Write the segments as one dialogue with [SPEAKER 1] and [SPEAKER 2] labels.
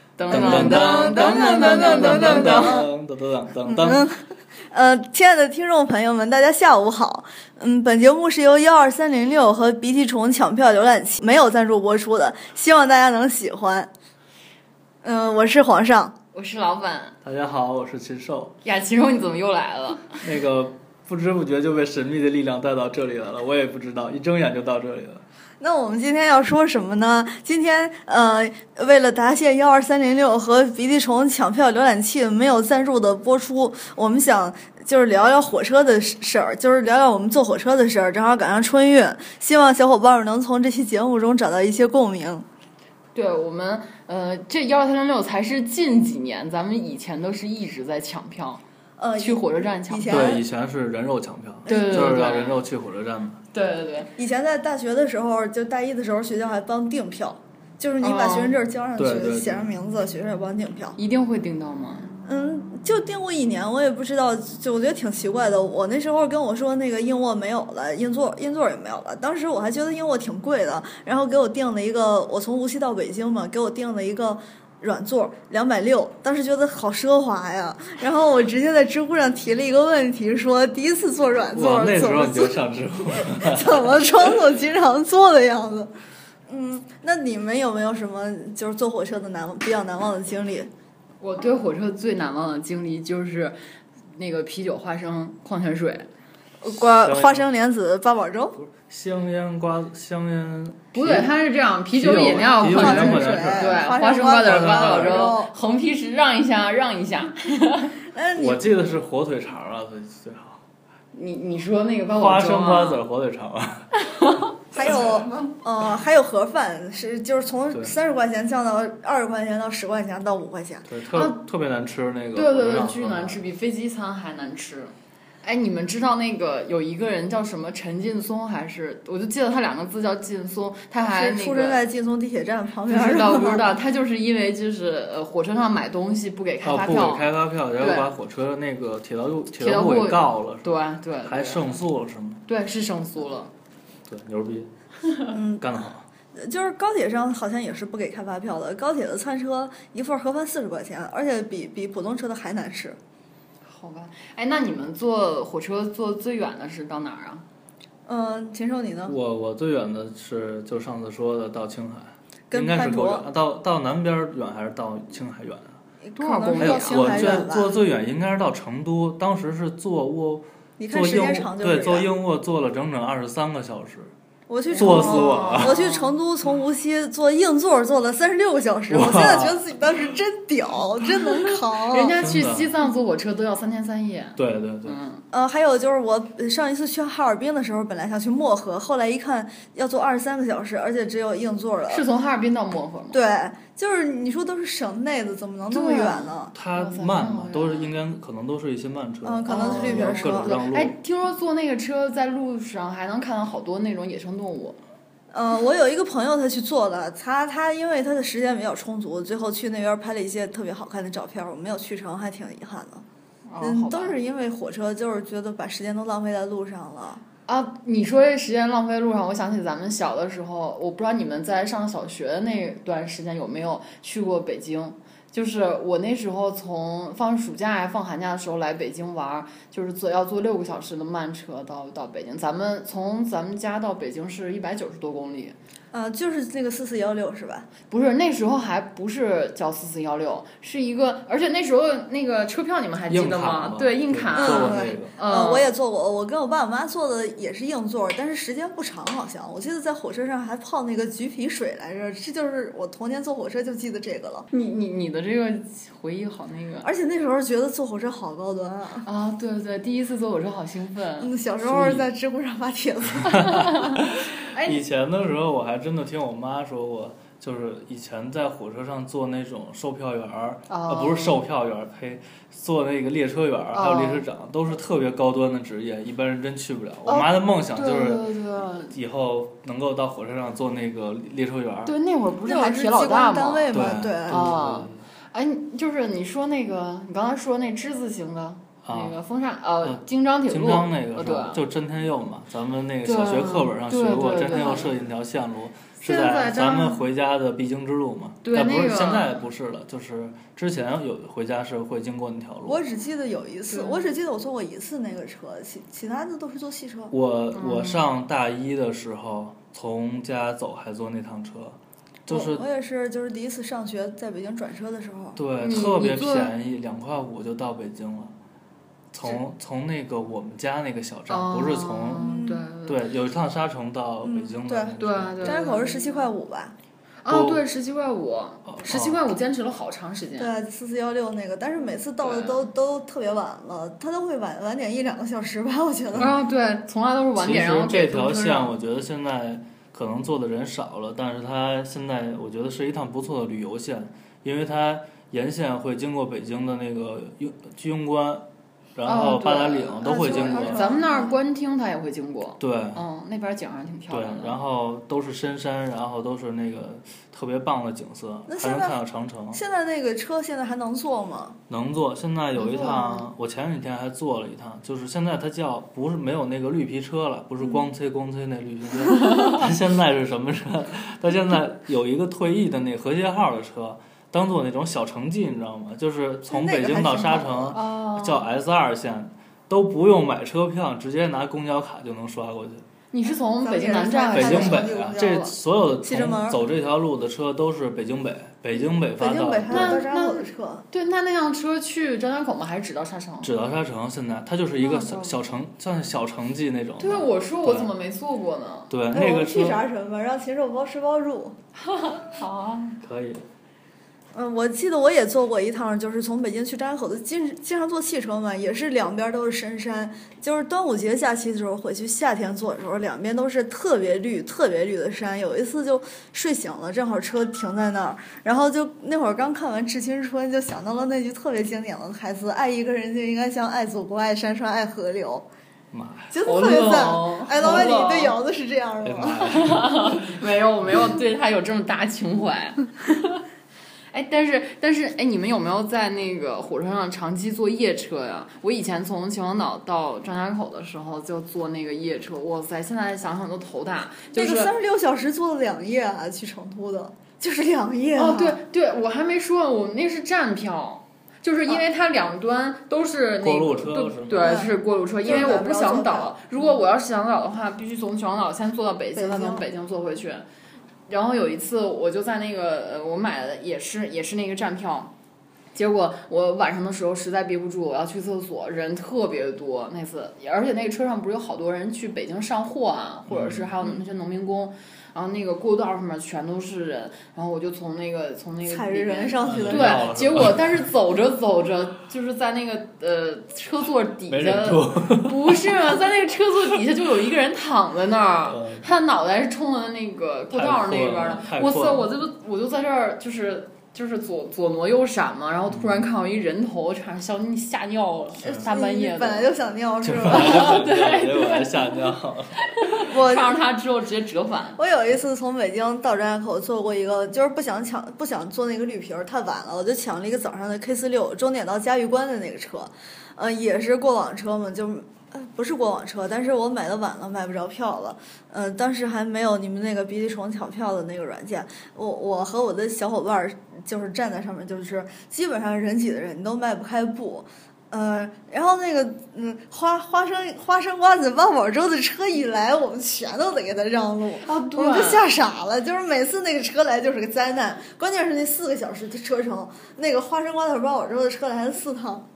[SPEAKER 1] 噔噔噔噔噔噔噔噔噔噔噔噔。
[SPEAKER 2] 呃，亲爱的听众朋友们，大家下午好。嗯，本节目是由幺二三零六和鼻涕虫抢票浏览器没有赞助播出的，希望大家能喜欢。嗯、我是皇上，
[SPEAKER 3] 我是老板
[SPEAKER 1] 大家好，我是禽兽。
[SPEAKER 3] 呀，其中你怎么又来了？
[SPEAKER 1] 那个不知不觉就被神秘的力量带到这里来了，我也不知道，一睁眼就到这里了。
[SPEAKER 2] 那我们今天要说什么呢？今天呃，为了答谢幺二三零六和鼻涕虫抢票浏览器没有赞助的播出，我们想就是聊聊火车的事儿，就是聊聊我们坐火车的事儿。正好赶上春运，希望小伙伴们能从这期节目中找到一些共鸣。
[SPEAKER 3] 对我们，呃，这幺二三零六才是近几年，咱们以前都是一直在抢票，
[SPEAKER 2] 呃，
[SPEAKER 3] 去火车站抢
[SPEAKER 2] 以
[SPEAKER 3] 票。
[SPEAKER 2] 前
[SPEAKER 1] 对，以前是人肉抢票，
[SPEAKER 3] 对对对
[SPEAKER 1] 就是要
[SPEAKER 3] 对
[SPEAKER 1] 人肉去火车站嘛。
[SPEAKER 3] 对对对，
[SPEAKER 2] 以前在大学的时候，就大一的时候，学校还帮订票，就是你把
[SPEAKER 3] 哦
[SPEAKER 2] 学生证交上去，
[SPEAKER 1] 对对对
[SPEAKER 2] 写上名字，学生也帮订票。
[SPEAKER 3] 一定会订到吗？
[SPEAKER 2] 嗯，就订过一年，我也不知道，就我觉得挺奇怪的。我那时候跟我说那个硬卧没有了，硬座硬座也没有了。当时我还觉得硬卧挺贵的，然后给我订了一个，我从无锡到北京嘛，给我订了一个。软座两百六，当时觉得好奢华呀。然后我直接在知乎上提了一个问题，说第一次坐软座
[SPEAKER 1] 哇，那时
[SPEAKER 2] 怎
[SPEAKER 1] 候
[SPEAKER 2] 么
[SPEAKER 1] 你就上知乎，
[SPEAKER 2] 怎么装作经常坐的样子。 嗯，那你们有没有什么就是坐火车的难比较难忘的经历？
[SPEAKER 3] 我对火车最难忘的经历就是那个啤酒、花生、矿泉水，
[SPEAKER 2] 瓜花生莲子八宝粥，
[SPEAKER 1] 香烟瓜香烟，
[SPEAKER 3] 不对，它是这样：啤酒、
[SPEAKER 1] 啤酒
[SPEAKER 3] 饮料、
[SPEAKER 1] 啤酒
[SPEAKER 3] 矿
[SPEAKER 1] 饮料
[SPEAKER 3] 泉
[SPEAKER 1] 矿
[SPEAKER 3] 水
[SPEAKER 1] 泉水，
[SPEAKER 3] 对，
[SPEAKER 2] 花
[SPEAKER 3] 花
[SPEAKER 2] 生
[SPEAKER 3] 生
[SPEAKER 2] 瓜
[SPEAKER 3] 瓜
[SPEAKER 2] 子
[SPEAKER 3] 子
[SPEAKER 2] 儿
[SPEAKER 3] 儿、
[SPEAKER 2] 八
[SPEAKER 3] 八
[SPEAKER 2] 宝
[SPEAKER 3] 宝
[SPEAKER 2] 粥
[SPEAKER 3] 粥，横批是让一下，让一下。
[SPEAKER 2] 但是
[SPEAKER 1] 我
[SPEAKER 2] 你
[SPEAKER 1] 记得是火腿肠啊，最最好。
[SPEAKER 3] 你你说那个八宝
[SPEAKER 1] 花
[SPEAKER 3] 粥
[SPEAKER 1] 生
[SPEAKER 3] 吗
[SPEAKER 1] 瓜子儿火腿肠啊，
[SPEAKER 2] 还有呃还有盒饭是就是从
[SPEAKER 1] 对
[SPEAKER 2] 三十块钱降到二十块钱到十块钱到五块钱。
[SPEAKER 1] 对，特
[SPEAKER 3] 啊
[SPEAKER 1] 特别难吃那个。
[SPEAKER 3] 对对
[SPEAKER 1] 火车
[SPEAKER 3] 对，
[SPEAKER 1] 上
[SPEAKER 3] 巨难吃，。比飞机餐还难吃。哎，你们知道那个有一个人叫什么陈劲松还是？我就记得他两个字叫劲松，他还
[SPEAKER 2] 是
[SPEAKER 3] 那
[SPEAKER 2] 出生
[SPEAKER 3] 个。
[SPEAKER 2] 在劲松地铁站旁
[SPEAKER 3] 不
[SPEAKER 2] 边儿
[SPEAKER 3] 知道不知
[SPEAKER 2] 的，
[SPEAKER 3] 道，他就是因为就是呃火车上买东西不给开
[SPEAKER 1] 哦，
[SPEAKER 3] 发
[SPEAKER 1] 不给
[SPEAKER 3] 票，
[SPEAKER 1] 开发票，然后
[SPEAKER 3] 对
[SPEAKER 1] 把火车那个铁道路铁
[SPEAKER 3] 铁
[SPEAKER 1] 道
[SPEAKER 3] 道
[SPEAKER 1] 部
[SPEAKER 3] 部
[SPEAKER 1] 给告了，
[SPEAKER 3] 对对，
[SPEAKER 1] 还胜诉了是吗？
[SPEAKER 3] 对是胜诉了，
[SPEAKER 1] 对，牛 逼，
[SPEAKER 2] 嗯，
[SPEAKER 1] 干得好。
[SPEAKER 2] 就是高铁上好像也是不给开发票的，高铁的餐车一份盒饭四十块钱，而且比比普通车的还难吃。
[SPEAKER 3] 好吧？哎，那你们坐火车坐最远的是到哪儿啊？
[SPEAKER 2] 嗯，禽兽你呢？
[SPEAKER 1] 我我最远的是就上次说的到青海，
[SPEAKER 2] 跟
[SPEAKER 1] 应该
[SPEAKER 2] 潘
[SPEAKER 1] 是够
[SPEAKER 2] 卓
[SPEAKER 1] 远。到到南边儿远还是到青海远啊？
[SPEAKER 3] 多少
[SPEAKER 2] 可能
[SPEAKER 3] 公里
[SPEAKER 1] 还有
[SPEAKER 2] 是到
[SPEAKER 3] 啊
[SPEAKER 2] 青
[SPEAKER 1] 我
[SPEAKER 2] 海
[SPEAKER 1] 最
[SPEAKER 2] 远
[SPEAKER 1] 坐
[SPEAKER 2] 吧？
[SPEAKER 1] 最远应该是到成都，当时是坐卧
[SPEAKER 2] 你看
[SPEAKER 1] 坐
[SPEAKER 2] 时
[SPEAKER 1] 硬
[SPEAKER 2] 间长
[SPEAKER 1] 卧
[SPEAKER 2] 就
[SPEAKER 1] 对
[SPEAKER 2] 是
[SPEAKER 1] 坐
[SPEAKER 2] 远
[SPEAKER 1] 硬卧坐了整整二十三个小时，
[SPEAKER 2] 我去成
[SPEAKER 1] 坐死
[SPEAKER 2] 都，
[SPEAKER 1] 我了。
[SPEAKER 2] 我去成都从无锡坐硬座坐了三十六个小时，我现在觉得自己当时真屌，真能
[SPEAKER 3] 人
[SPEAKER 2] 扛。
[SPEAKER 3] 家去
[SPEAKER 1] 真的
[SPEAKER 3] 西藏坐火车都要三天三夜，
[SPEAKER 1] 对对对，
[SPEAKER 3] 嗯，
[SPEAKER 2] 呃，还有就是我呃上一次去哈尔滨的时候，本来想去漠河，后来一看要坐二十三个小时，而且只有硬座了。
[SPEAKER 3] 是从哈尔滨到漠河吗？
[SPEAKER 2] 对，就是你说都是省内的，怎么能那么
[SPEAKER 3] 对
[SPEAKER 2] 远
[SPEAKER 3] 啊
[SPEAKER 2] 呢？
[SPEAKER 1] 它
[SPEAKER 3] 哇塞
[SPEAKER 1] 慢
[SPEAKER 3] 那
[SPEAKER 1] 嘛
[SPEAKER 3] 好，
[SPEAKER 1] 都是
[SPEAKER 3] 远啊
[SPEAKER 1] 应该可能都是一些慢车，
[SPEAKER 2] 嗯可能
[SPEAKER 3] 是绿皮
[SPEAKER 1] 哦然后
[SPEAKER 2] 车
[SPEAKER 1] 各种让路
[SPEAKER 3] 哎，，听说坐那个车在路上还能看到好多那种野生动物，
[SPEAKER 2] 呃，我有一个朋友，他去做了，他他因为他的时间比较充足，最后去那边拍了一些特别好看的照片，我没有去成，还挺遗憾的。
[SPEAKER 3] 哦
[SPEAKER 2] 嗯，
[SPEAKER 3] 好吧
[SPEAKER 2] 都是因为火车，就是觉得把时间都浪费在路上了。
[SPEAKER 3] 啊。你说这时间浪费路上，我想起咱们小的时候，我不知道你们在上小学的那段时间有没有去过北京。就是我那时候从放暑假呀、放寒假的时候来北京玩儿，就是坐要坐六个小时的慢车到到北京。咱们从咱们家到北京是一百九十多公里，
[SPEAKER 2] 呃，就是那个四四幺六是吧？
[SPEAKER 3] 不是那时候还不是叫四四幺六，是一个，而且那时候那个车票你们还记
[SPEAKER 1] 硬
[SPEAKER 3] 得
[SPEAKER 1] 卡
[SPEAKER 3] 吗
[SPEAKER 1] 嘛？
[SPEAKER 3] 对，硬卡。
[SPEAKER 1] 坐过
[SPEAKER 2] 嗯
[SPEAKER 1] 那
[SPEAKER 2] 对
[SPEAKER 1] 个。
[SPEAKER 2] 呃，
[SPEAKER 3] 嗯，
[SPEAKER 2] 我也坐过，我跟我爸我妈坐的也是硬座，但是时间不长，好像我记得在火车上还泡那个橘皮水来着，这就是我童年坐火车就记得这个了。
[SPEAKER 3] 你你你的这个回忆好那个
[SPEAKER 2] 而且那时候觉得坐火车好高端啊，
[SPEAKER 3] 啊！对对对，第一次坐火车好兴奋。
[SPEAKER 2] 嗯，小时候在知乎上发帖子，
[SPEAKER 3] 哎
[SPEAKER 1] 以前的时候，我还真的听我妈说过，就是以前在火车上做那种售票员儿，啊，
[SPEAKER 3] 啊
[SPEAKER 1] 不是售票员儿，呸，做那个列车员儿，还有列车长，都是特别高端的职业，一般人真去不了。我妈的梦想就
[SPEAKER 3] 对
[SPEAKER 1] 是
[SPEAKER 3] 对对
[SPEAKER 1] 以后能够到火车上做那个列车员儿。
[SPEAKER 3] 对，那会儿不是
[SPEAKER 2] 那会
[SPEAKER 3] 还
[SPEAKER 2] 儿是
[SPEAKER 3] 铁
[SPEAKER 2] 机
[SPEAKER 3] 老大
[SPEAKER 2] 关单
[SPEAKER 3] 吗？
[SPEAKER 2] 位
[SPEAKER 1] 对
[SPEAKER 2] 嘛，
[SPEAKER 1] 对
[SPEAKER 2] 对。
[SPEAKER 3] 啊哎，你就是你说那个，你刚才说那之字形的那
[SPEAKER 1] 啊，
[SPEAKER 3] 个风扇，呃
[SPEAKER 1] 嗯，
[SPEAKER 3] 京张铁
[SPEAKER 1] 京
[SPEAKER 3] 路，
[SPEAKER 1] 张那个是吧
[SPEAKER 3] 呃？对
[SPEAKER 1] 就真天佑嘛，咱们那个小学课本上学
[SPEAKER 3] 对
[SPEAKER 1] 过，
[SPEAKER 3] 对
[SPEAKER 1] 真天佑
[SPEAKER 3] 对
[SPEAKER 1] 设计那条线路，是
[SPEAKER 3] 现在当
[SPEAKER 1] 咱
[SPEAKER 3] 然
[SPEAKER 1] 们回家的必经之路嘛。
[SPEAKER 3] 对
[SPEAKER 1] 但不
[SPEAKER 3] 那
[SPEAKER 1] 是
[SPEAKER 3] 个
[SPEAKER 1] 现在不是了，就是之前有回家是会经过那条路。
[SPEAKER 2] 我只记得有一次，我只记得我坐过一次那个车，其其他的都是坐汽车。
[SPEAKER 1] 我我
[SPEAKER 3] 嗯
[SPEAKER 1] 上大一的时候从家走还坐那趟车，就是
[SPEAKER 3] 哦
[SPEAKER 2] 我我也是，就是第一次上学在北京转车的时候，
[SPEAKER 1] 对
[SPEAKER 3] 你
[SPEAKER 1] 特
[SPEAKER 3] 嗯
[SPEAKER 1] 别
[SPEAKER 3] 你坐
[SPEAKER 1] 便宜，两块五就到北京了。从从那个我们家那个小站，不是从
[SPEAKER 3] 哦对对
[SPEAKER 1] 对有一趟沙城到北京的那
[SPEAKER 2] 嗯
[SPEAKER 1] 个
[SPEAKER 3] 对
[SPEAKER 1] 站，
[SPEAKER 3] 对，
[SPEAKER 2] 张家口是十七块五吧？
[SPEAKER 3] 哦，
[SPEAKER 1] 我
[SPEAKER 3] 对，十七块五，
[SPEAKER 1] 哦
[SPEAKER 3] 十七块五坚持了好长时间。
[SPEAKER 2] 对，啊四四幺六那个，但是每次到的
[SPEAKER 3] 对
[SPEAKER 2] 都都特别晚了，他都会晚晚点一两个小时吧，我觉 得。
[SPEAKER 1] 嗯
[SPEAKER 3] 啊，对，从来都是晚
[SPEAKER 1] 其
[SPEAKER 3] 点，然
[SPEAKER 1] 实
[SPEAKER 3] 后
[SPEAKER 1] 这
[SPEAKER 3] 给
[SPEAKER 1] 条
[SPEAKER 3] 堵车
[SPEAKER 1] 线，
[SPEAKER 3] 上
[SPEAKER 1] 我觉得现在可能做的人少了，但是它现在我觉得是一趟不错的旅游线，因为它沿线会经过北京的那个雍居庸关，然后
[SPEAKER 3] 哦对
[SPEAKER 1] 八达岭都会
[SPEAKER 2] 啊
[SPEAKER 1] 经过
[SPEAKER 2] 就是，它
[SPEAKER 3] 咱们那儿观厅它也会经过，
[SPEAKER 1] 对
[SPEAKER 3] 嗯，那边景还挺漂
[SPEAKER 1] 对
[SPEAKER 3] 亮，的。
[SPEAKER 1] 然后都是深山，然后都是那个特别棒的景色，
[SPEAKER 2] 那
[SPEAKER 1] 还
[SPEAKER 2] 现
[SPEAKER 1] 能
[SPEAKER 2] 在
[SPEAKER 1] 看到长城。
[SPEAKER 2] 现在那个车现在还能坐吗？
[SPEAKER 1] 能坐，现在有一
[SPEAKER 3] 能坐
[SPEAKER 2] 啊
[SPEAKER 1] 趟，我前几天还坐了一趟，就是现在它叫不是没有那个绿皮车了，
[SPEAKER 2] 嗯
[SPEAKER 1] 不是光催光催那绿皮 车，它现在是什么车？它现在有一个退役的那和谐号的车，当做那种小城际，你知道吗？就是从
[SPEAKER 2] 那个
[SPEAKER 1] 北
[SPEAKER 2] 还
[SPEAKER 1] 京到
[SPEAKER 2] 挺
[SPEAKER 1] 沙
[SPEAKER 2] 好
[SPEAKER 1] 城，
[SPEAKER 3] 哦
[SPEAKER 1] 啊叫 S 二线，都不用买车票，直接拿公交卡就能刷过去。
[SPEAKER 3] 你是从
[SPEAKER 2] 咱
[SPEAKER 3] 北
[SPEAKER 2] 们
[SPEAKER 3] 京
[SPEAKER 2] 也是
[SPEAKER 3] 南
[SPEAKER 2] 在
[SPEAKER 3] 站
[SPEAKER 2] 啊
[SPEAKER 3] 还
[SPEAKER 1] 北
[SPEAKER 3] 是
[SPEAKER 2] 太
[SPEAKER 1] 京
[SPEAKER 2] 多
[SPEAKER 3] 从
[SPEAKER 1] 北
[SPEAKER 2] 城际
[SPEAKER 1] 啊
[SPEAKER 2] 公，交
[SPEAKER 1] 这
[SPEAKER 2] 了
[SPEAKER 1] 所有的
[SPEAKER 2] 西直
[SPEAKER 1] 从
[SPEAKER 2] 门
[SPEAKER 1] 走这条路的车都是北京北，北京北发
[SPEAKER 2] 北京
[SPEAKER 1] 到
[SPEAKER 2] 北还有
[SPEAKER 1] 对
[SPEAKER 2] 到
[SPEAKER 3] 那
[SPEAKER 2] 张家口的车，
[SPEAKER 3] 对，那那辆车去张家口吗？还是只到沙城？
[SPEAKER 1] 只到沙城，现在它就是一
[SPEAKER 3] 那
[SPEAKER 1] 个
[SPEAKER 3] 倒
[SPEAKER 1] 小小城，像小城际那种的。
[SPEAKER 3] 对，啊我说我
[SPEAKER 1] 对
[SPEAKER 3] 怎么没坐过呢？
[SPEAKER 1] 对
[SPEAKER 2] 哎
[SPEAKER 1] 那
[SPEAKER 2] 我
[SPEAKER 1] 个
[SPEAKER 2] 们去
[SPEAKER 1] 车
[SPEAKER 2] 啥什么，让禽兽包吃包住。
[SPEAKER 3] 好啊，
[SPEAKER 1] 可以，
[SPEAKER 2] 嗯，我记得我也坐过一趟，就是从北京去张家口的，经经常坐汽车嘛，也是两边都是深山。就是端午节假期的时候回去，夏天坐的时候，两边都是特别绿、特别绿的山。有一次就睡醒了，正好车停在那儿，然后就那会儿刚看完《致青春》，就想到了那句特别经典的台词：“爱一个人就应该像爱祖国、爱山川、爱河流。
[SPEAKER 1] 妈呀！”
[SPEAKER 2] 觉得
[SPEAKER 3] 好
[SPEAKER 2] 特别赞
[SPEAKER 3] 冷。哦
[SPEAKER 2] 哎，老板，你
[SPEAKER 3] 好冷
[SPEAKER 2] 对窑子是这样
[SPEAKER 1] 哎
[SPEAKER 2] 的
[SPEAKER 1] 呀
[SPEAKER 2] 吗？
[SPEAKER 1] 妈呀！
[SPEAKER 3] 没有，我没有对他有这么大情 怀。哎，但是但是，哎，你们有没有在那个火车上长期坐夜车呀？我以前从秦皇岛到张家口的时候就坐那个夜车，哇塞！现在想想都头大。就
[SPEAKER 2] 那
[SPEAKER 3] 是
[SPEAKER 2] 个三十六小时坐了两夜啊，去成都的，就是两夜、啊。
[SPEAKER 3] 哦，对对，我还没说，我们那是站票。就是因为它两端都是那
[SPEAKER 1] 过
[SPEAKER 3] 个
[SPEAKER 1] 路车
[SPEAKER 3] 都
[SPEAKER 1] 是吗
[SPEAKER 3] 嗯对，是过路车。因为我不想倒，如果我要是想倒的话，必须从秦皇岛先坐到嗯北京，
[SPEAKER 2] 北
[SPEAKER 3] 再从
[SPEAKER 2] 京
[SPEAKER 3] 北京坐回去。然后有一次，我就在那个呃我买的也是也是那个站票，结果我晚上的时候实在憋不住，我要去厕所，人特别多。那次，而且那个车上不是有好多人去北京上货啊，或者是
[SPEAKER 1] 嗯
[SPEAKER 3] 还有那些农民工，然后那个过道上面全都是人，然后我就从那个从那个
[SPEAKER 2] 踩着
[SPEAKER 3] 里面嗯
[SPEAKER 2] 人上去的
[SPEAKER 1] 对
[SPEAKER 2] 那种，
[SPEAKER 1] 绕
[SPEAKER 3] 对，
[SPEAKER 1] 了
[SPEAKER 3] 结果但是走着走着，就是在那个呃车座底
[SPEAKER 1] 没
[SPEAKER 3] 下
[SPEAKER 1] 忍，住，
[SPEAKER 3] 不是啊在那个车座底下就有一个人躺在那儿，
[SPEAKER 1] 嗯
[SPEAKER 3] 他的脑袋是冲着那个过道儿那边儿
[SPEAKER 1] 太
[SPEAKER 3] 的。哇
[SPEAKER 1] 困了
[SPEAKER 3] 塞，我就我就在这儿就是。就是左左挪右闪嘛，然后
[SPEAKER 1] 嗯
[SPEAKER 3] 突然看到一人头，差点吓吓尿了，大半夜
[SPEAKER 2] 你本来
[SPEAKER 3] 的。
[SPEAKER 2] 就想尿是
[SPEAKER 1] 就
[SPEAKER 2] 吧？
[SPEAKER 1] 本来就想结果还吓尿。
[SPEAKER 2] 我
[SPEAKER 3] 看着他之后直接折返。
[SPEAKER 2] 我有一次从北京到张家口坐过一个，就是不想抢，不想坐那个绿皮儿，太晚了，我就抢了一个早上的 K 四六，终点到嘉峪关的那个车，呃，也是过往车嘛，就。呃不是过往车，但是我买的晚了，买不着票了。呃，当时还没有你们那个鼻涕虫抢票的那个软件，我我和我的小伙伴儿就是站在上面，就是基本上人挤的人，你都迈不开步。呃，然后那个嗯，花花生花生瓜子八宝粥的车一来，我们全都得给他让路。
[SPEAKER 3] 啊，
[SPEAKER 2] 哦我们就吓傻了，就是每次那个车来就是个灾难，关键是那四个小时的车程，那个花生瓜子包我之后的车来了四趟，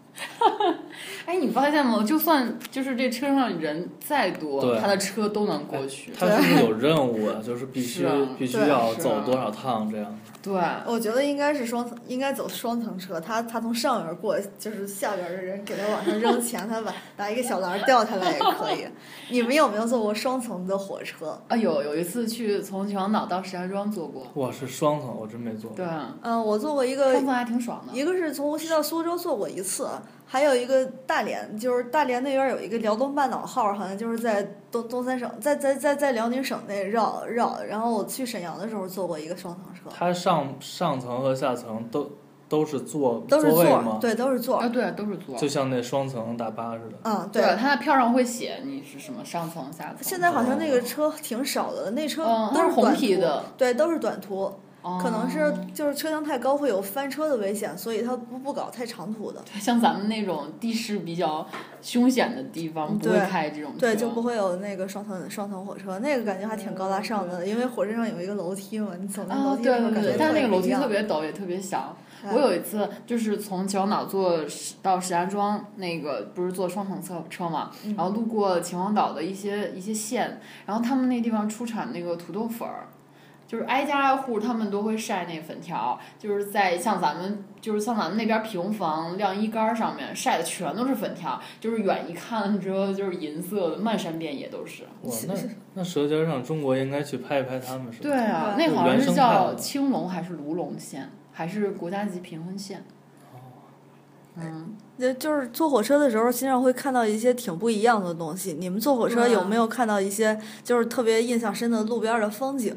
[SPEAKER 3] 哎，你发现吗？就算就是这车上人再多，
[SPEAKER 1] 对哎
[SPEAKER 3] 他的车都能过去。
[SPEAKER 1] 他是不是有任务啊？就是必须
[SPEAKER 3] 是啊
[SPEAKER 1] 必须
[SPEAKER 2] 对
[SPEAKER 1] 要
[SPEAKER 3] 是啊
[SPEAKER 1] 走多少趟这样？
[SPEAKER 3] 对，
[SPEAKER 2] 我觉得应该是双层，应该走双层车，他他从上边过，就是下边的人给他往上扔钱，他把拿一个小篮掉下来也可以。你们有没有坐过双层的火车？
[SPEAKER 3] 啊，有有一次去从秦皇岛到石家庄坐过，
[SPEAKER 1] 哇，是双层，我真没坐过。
[SPEAKER 3] 对，
[SPEAKER 2] 嗯，我坐过一个
[SPEAKER 3] 上次还挺爽的。
[SPEAKER 2] 一个是从无锡到苏州坐过一次，啊还有一个大连，就是大连那边有一个辽东半岛号，好像就是在东东三省，在在在在辽宁省内绕绕。然后我去沈阳的时候坐过一个双层车，
[SPEAKER 1] 它上上层和下层都都是坐
[SPEAKER 2] 都是
[SPEAKER 1] 座位
[SPEAKER 2] 座，
[SPEAKER 1] 吗？
[SPEAKER 2] 对，都是座。
[SPEAKER 3] 啊，对啊，都是座。
[SPEAKER 1] 就像那双层大巴似的。
[SPEAKER 2] 嗯，
[SPEAKER 3] 呃对，它的票上会写你是什么上层、下层。
[SPEAKER 2] 现在好像
[SPEAKER 1] 哦
[SPEAKER 2] 那个车挺少的，那车
[SPEAKER 3] 嗯，
[SPEAKER 2] 都
[SPEAKER 3] 它
[SPEAKER 2] 是
[SPEAKER 3] 红
[SPEAKER 2] 短
[SPEAKER 3] 皮
[SPEAKER 2] 途，
[SPEAKER 3] 的，
[SPEAKER 2] 对，都是短途，可能是
[SPEAKER 3] 哦
[SPEAKER 2] 就是车厢太高会有翻车的危险，所以它不不搞太长途的，
[SPEAKER 3] 像咱们那种地势比较凶险的地方，不会
[SPEAKER 2] 对
[SPEAKER 3] 开这种车。
[SPEAKER 2] 对，就不会有那个双层双层火车，那个感觉还挺高大上的，因为火车上有一个楼梯嘛，你走那
[SPEAKER 3] 啊
[SPEAKER 2] 楼，梯
[SPEAKER 3] 对
[SPEAKER 2] 的时候
[SPEAKER 3] 嗯对
[SPEAKER 2] 感
[SPEAKER 3] 对对，
[SPEAKER 2] 觉
[SPEAKER 3] 但那个楼梯特
[SPEAKER 2] 别，
[SPEAKER 3] 别陡，也特别小。
[SPEAKER 2] 对
[SPEAKER 3] 我有一次就是从小脑坐石到石家庄，那个不是坐双层车车嘛，
[SPEAKER 2] 嗯
[SPEAKER 3] 然后路过秦皇岛的一些一些县，然后他们那地方出产那个土豆粉儿。就是挨家挨户，他们都会晒那粉条，就是在像咱们，就是像咱们那边平房晾衣杆儿上面晒的全都是粉条，就是远一看之后就是银色的，漫山遍野都是。
[SPEAKER 1] 哇，
[SPEAKER 2] 是
[SPEAKER 1] 那
[SPEAKER 2] 是
[SPEAKER 1] 那《舌尖上中国》应该去拍一拍他们是吧？
[SPEAKER 3] 对啊，
[SPEAKER 1] 对
[SPEAKER 3] 那好像
[SPEAKER 1] 原
[SPEAKER 3] 是
[SPEAKER 1] 生
[SPEAKER 3] 叫
[SPEAKER 1] 态
[SPEAKER 3] 青龙还是卢龙县，还是国家级贫困县。
[SPEAKER 1] 哦
[SPEAKER 3] 嗯，
[SPEAKER 2] 就就是坐火车的时候，经常会看到一些挺不一样的东西。你们坐火车
[SPEAKER 3] 对啊
[SPEAKER 2] 有没有看到一些就是特别印象深的路边的风景？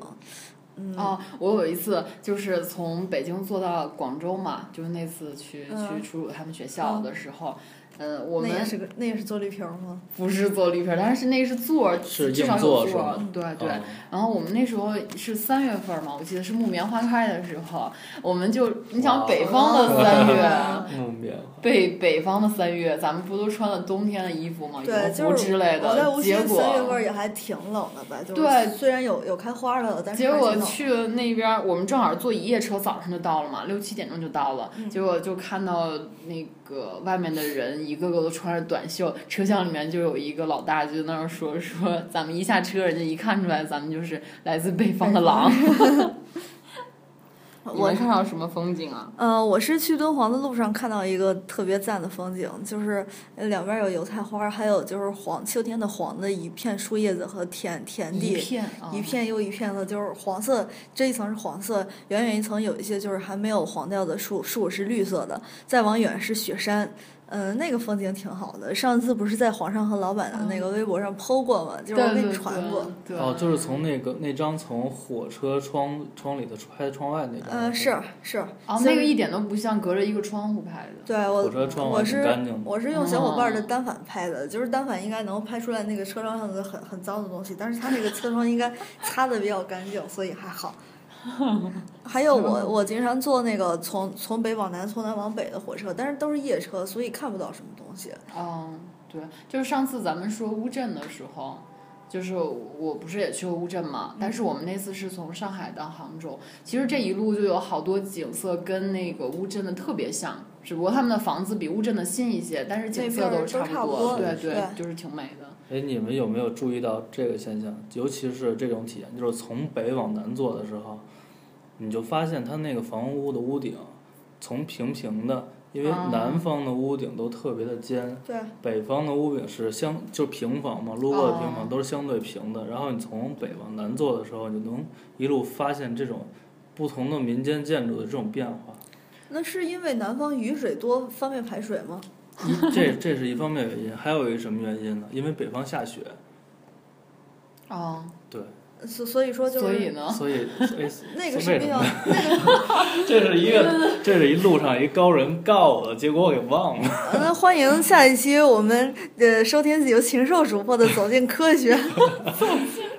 [SPEAKER 2] 嗯，
[SPEAKER 3] 哦，我有一次就是从北京坐到广州嘛，就是那次去、
[SPEAKER 2] 嗯
[SPEAKER 3] 去楚楚他们学校的时候，嗯、我
[SPEAKER 2] 那
[SPEAKER 3] 们
[SPEAKER 2] 也是个那也是坐绿皮儿吗？
[SPEAKER 3] 不是坐绿皮儿，但是那是座儿，
[SPEAKER 1] 是
[SPEAKER 3] 至
[SPEAKER 1] 硬
[SPEAKER 3] 少
[SPEAKER 1] 座
[SPEAKER 3] 有
[SPEAKER 1] 是
[SPEAKER 3] 座
[SPEAKER 1] 吗
[SPEAKER 3] 儿，对对。
[SPEAKER 1] 啊
[SPEAKER 3] 然后我们那时候是三月份嘛，我记得是木棉花开的时候，我们就你想
[SPEAKER 1] 哇哦
[SPEAKER 3] 北方 的三月，
[SPEAKER 2] 哦
[SPEAKER 1] 啊木棉花。
[SPEAKER 3] 北北方的三月，咱们不都穿了冬天的衣服吗？羽
[SPEAKER 2] 对，
[SPEAKER 3] 绒服
[SPEAKER 2] 就是
[SPEAKER 3] 之类
[SPEAKER 2] 我在
[SPEAKER 3] 的，
[SPEAKER 2] 无
[SPEAKER 3] 结
[SPEAKER 2] 锡三月份
[SPEAKER 3] 果
[SPEAKER 2] 儿也还挺冷的吧？就是
[SPEAKER 3] 对
[SPEAKER 2] 虽然有有开花的，但是
[SPEAKER 3] 结
[SPEAKER 2] 还
[SPEAKER 3] 果
[SPEAKER 2] 挺冷
[SPEAKER 3] 去了那边儿，我们正好坐一夜车，早上就到了嘛，六七点钟就到了。
[SPEAKER 2] 嗯
[SPEAKER 3] 结果就看到那个外面的人一个个都穿着短袖，车厢里面就有一个老大就在那儿说说，咱们一下车，人家一看出来咱们就是来自北方的狼。你
[SPEAKER 2] 我
[SPEAKER 3] 们看到什么风景啊？
[SPEAKER 2] 呃，我是去敦煌的路上看到一个特别赞的风景，就是呃两边有油菜花，还有就是黄秋天的黄的一片树叶子和田田
[SPEAKER 3] 一
[SPEAKER 2] 地。
[SPEAKER 3] 片啊，
[SPEAKER 2] 一片又一片的，就是黄色这一层是黄色，远远一层有一些就是还没有黄掉的树，树是绿色的，再往远是雪山。嗯、那个风景挺好的。上次不是在皇上和老板的那个微博上 PO 过吗？就
[SPEAKER 3] 对
[SPEAKER 2] 是
[SPEAKER 3] 嗯对
[SPEAKER 2] 我给
[SPEAKER 3] 对，
[SPEAKER 2] 你传过。
[SPEAKER 3] 对
[SPEAKER 1] 哦，就是从那个那张从火车窗窗里头拍窗外那张。
[SPEAKER 2] 嗯，是是，
[SPEAKER 3] 哦，
[SPEAKER 2] 所以
[SPEAKER 3] 那个一点都不像隔着一个窗户拍的。
[SPEAKER 2] 对我
[SPEAKER 1] 火车窗户
[SPEAKER 2] 我
[SPEAKER 1] 还挺
[SPEAKER 2] 是
[SPEAKER 1] 干净的。
[SPEAKER 2] 我是用小伙伴的单反拍的，就是单反应该能拍出来那个车窗上的很很脏的东西，但是它那个车窗应该擦的比较干净，所以还 好。还有我我经常坐那个从从北往南、从南往北的火车，但是都是夜车，所以看不到什么东西。
[SPEAKER 3] 嗯，对，就是上次咱们说乌镇的时候，就是我不是也去过乌镇嘛，但是
[SPEAKER 2] 嗯
[SPEAKER 3] 我们那次是从上海到杭州，其实这一路就有好多景色跟那个乌镇的特别像，只不过他们的房子比乌镇的新一些，但是景色
[SPEAKER 2] 那边儿
[SPEAKER 3] 差
[SPEAKER 2] 都差不
[SPEAKER 3] 多，
[SPEAKER 1] 多
[SPEAKER 3] 对
[SPEAKER 2] 对
[SPEAKER 3] 就是挺美的。
[SPEAKER 1] 哎，你们有没有注意到这个现象？尤其是这种体验，就是从北往南坐的时候，你就发现它那个房屋的屋顶从平平的，因为
[SPEAKER 2] 哦
[SPEAKER 3] 啊
[SPEAKER 1] 南方的屋顶都特别的尖，
[SPEAKER 2] 对，
[SPEAKER 1] 北方的屋顶是相就平房嘛，路过的平
[SPEAKER 3] 哦
[SPEAKER 1] 房都是相对平的。然后你从北往南坐的时候，你能一路发现这种不同的民间建筑的这种变化。
[SPEAKER 2] 那是因为南方雨水多，方便排水吗？
[SPEAKER 1] 一这这是一方面原因，还有一个什么原因呢？因为北方下雪，
[SPEAKER 3] 哦，
[SPEAKER 1] 对，
[SPEAKER 2] 所所以说就
[SPEAKER 3] 所以
[SPEAKER 2] 是
[SPEAKER 3] 呢，
[SPEAKER 1] 所以哎，
[SPEAKER 2] 那个
[SPEAKER 1] 所
[SPEAKER 2] 是
[SPEAKER 1] 以为
[SPEAKER 2] 比
[SPEAKER 1] 什
[SPEAKER 2] 较
[SPEAKER 1] 么这是一个，这是一路上一高人告我的，结果我给忘了。
[SPEAKER 2] 嗯，欢迎下一期我们呃收听由禽兽主播的《走进科学》。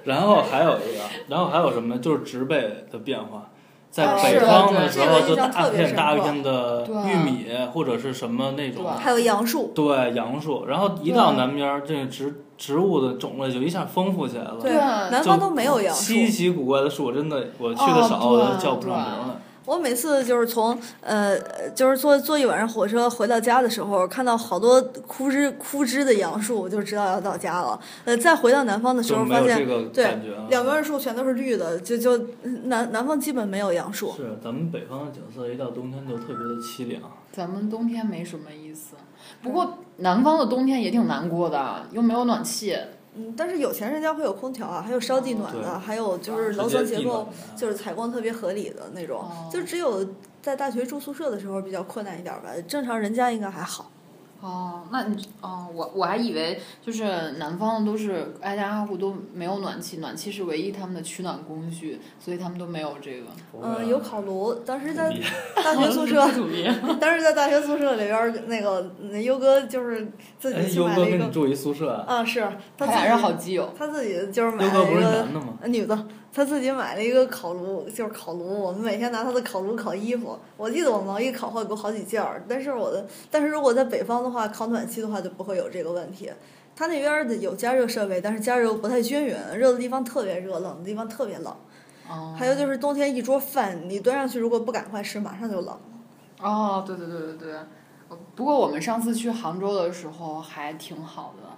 [SPEAKER 1] 然后还有一个，然后还有什么呢？就是植被的变化，在
[SPEAKER 2] 啊
[SPEAKER 1] 北
[SPEAKER 2] 是的
[SPEAKER 1] 方
[SPEAKER 3] 对
[SPEAKER 1] 的时
[SPEAKER 2] 这
[SPEAKER 1] 候
[SPEAKER 2] 个
[SPEAKER 1] 就
[SPEAKER 2] 印象
[SPEAKER 1] 大
[SPEAKER 2] 特别
[SPEAKER 1] 片
[SPEAKER 2] 深
[SPEAKER 1] 大
[SPEAKER 2] 刻啊
[SPEAKER 1] 片的
[SPEAKER 3] 对
[SPEAKER 1] 玉米或者是什么那种
[SPEAKER 3] 对，
[SPEAKER 2] 还有杨树，
[SPEAKER 1] 对杨树。然后一到
[SPEAKER 3] 对
[SPEAKER 1] 南边儿，这植植物的种类就一下丰富起来了。
[SPEAKER 2] 对，
[SPEAKER 3] 对
[SPEAKER 2] 南
[SPEAKER 1] 就
[SPEAKER 2] 方都没有杨树。
[SPEAKER 1] 稀奇古怪的树，真的我去
[SPEAKER 3] 哦
[SPEAKER 1] 的少，我
[SPEAKER 3] 对
[SPEAKER 1] 都叫不上
[SPEAKER 3] 对
[SPEAKER 1] 名来。
[SPEAKER 2] 我每次就是从呃，就是坐坐一晚上火车回到家的时候，看到好多枯枝枯枝的杨树，我就知道要到家了。呃，再回到南方的时
[SPEAKER 1] 就
[SPEAKER 2] 候，
[SPEAKER 1] 没
[SPEAKER 2] 发
[SPEAKER 1] 有
[SPEAKER 2] 现
[SPEAKER 1] 这个
[SPEAKER 2] 对
[SPEAKER 1] 感觉啊。
[SPEAKER 2] 两边的树全都是绿的，就就南南方基本没有杨树。
[SPEAKER 1] 是咱们北方的景色，一到冬天就特别的凄凉。
[SPEAKER 3] 咱们冬天没什么意思，不过南方的冬天也挺难过的，又没有暖气。
[SPEAKER 2] 嗯，但是有钱人家会有空调啊，还有烧地暖的，
[SPEAKER 1] 对
[SPEAKER 2] 还有就是
[SPEAKER 1] 直
[SPEAKER 2] 楼
[SPEAKER 1] 接
[SPEAKER 2] 层结
[SPEAKER 1] 地啊
[SPEAKER 2] 构
[SPEAKER 1] 暖的
[SPEAKER 2] 就是采光特别合理的那种
[SPEAKER 3] 哦，
[SPEAKER 2] 就只有在大学住宿舍的时候比较困难一点吧，正常人家应该还好。
[SPEAKER 3] 哦，那你哦，我我还以为就是南方的都是挨家挨户都没有暖气，暖气是唯一他们的取暖工具，所以他们都没有这个。
[SPEAKER 1] 哦
[SPEAKER 2] 嗯，有烤炉。当时在
[SPEAKER 1] 啊你
[SPEAKER 2] 大学宿
[SPEAKER 1] 嗯
[SPEAKER 2] 舍，
[SPEAKER 3] 主 力。
[SPEAKER 2] 当时在大学宿舍里边儿，那个那优哥就是自
[SPEAKER 1] 哎
[SPEAKER 2] 己，去
[SPEAKER 1] 优
[SPEAKER 2] 买
[SPEAKER 1] 哥
[SPEAKER 2] 了一
[SPEAKER 1] 跟
[SPEAKER 2] 个
[SPEAKER 1] 你，住一宿舍啊，
[SPEAKER 2] 啊，是
[SPEAKER 3] 他
[SPEAKER 2] 他
[SPEAKER 3] 俩是
[SPEAKER 2] 自己
[SPEAKER 3] 好基友。
[SPEAKER 2] 他自己就是买
[SPEAKER 1] 优哥
[SPEAKER 2] 了
[SPEAKER 1] 不
[SPEAKER 2] 一
[SPEAKER 1] 是
[SPEAKER 2] 个
[SPEAKER 1] 男的吗？
[SPEAKER 2] 呃女的，她自己买了一个烤炉，就是烤炉，我们每天拿她的烤炉烤衣服。我记得我毛衣烤坏过好几件儿，但是我的，但是如果在北方的话，烤暖气的话就不会有这个问题。他那边儿的有加热设备，但是加热不太均匀，热的地方特别热，冷的地方特别冷。
[SPEAKER 3] 哦。
[SPEAKER 2] 还有就是冬天一桌饭，你端上去如果不赶快吃，马上就冷。
[SPEAKER 3] 哦，对对对对对，呃不过我们上次去杭州的时候还挺好的，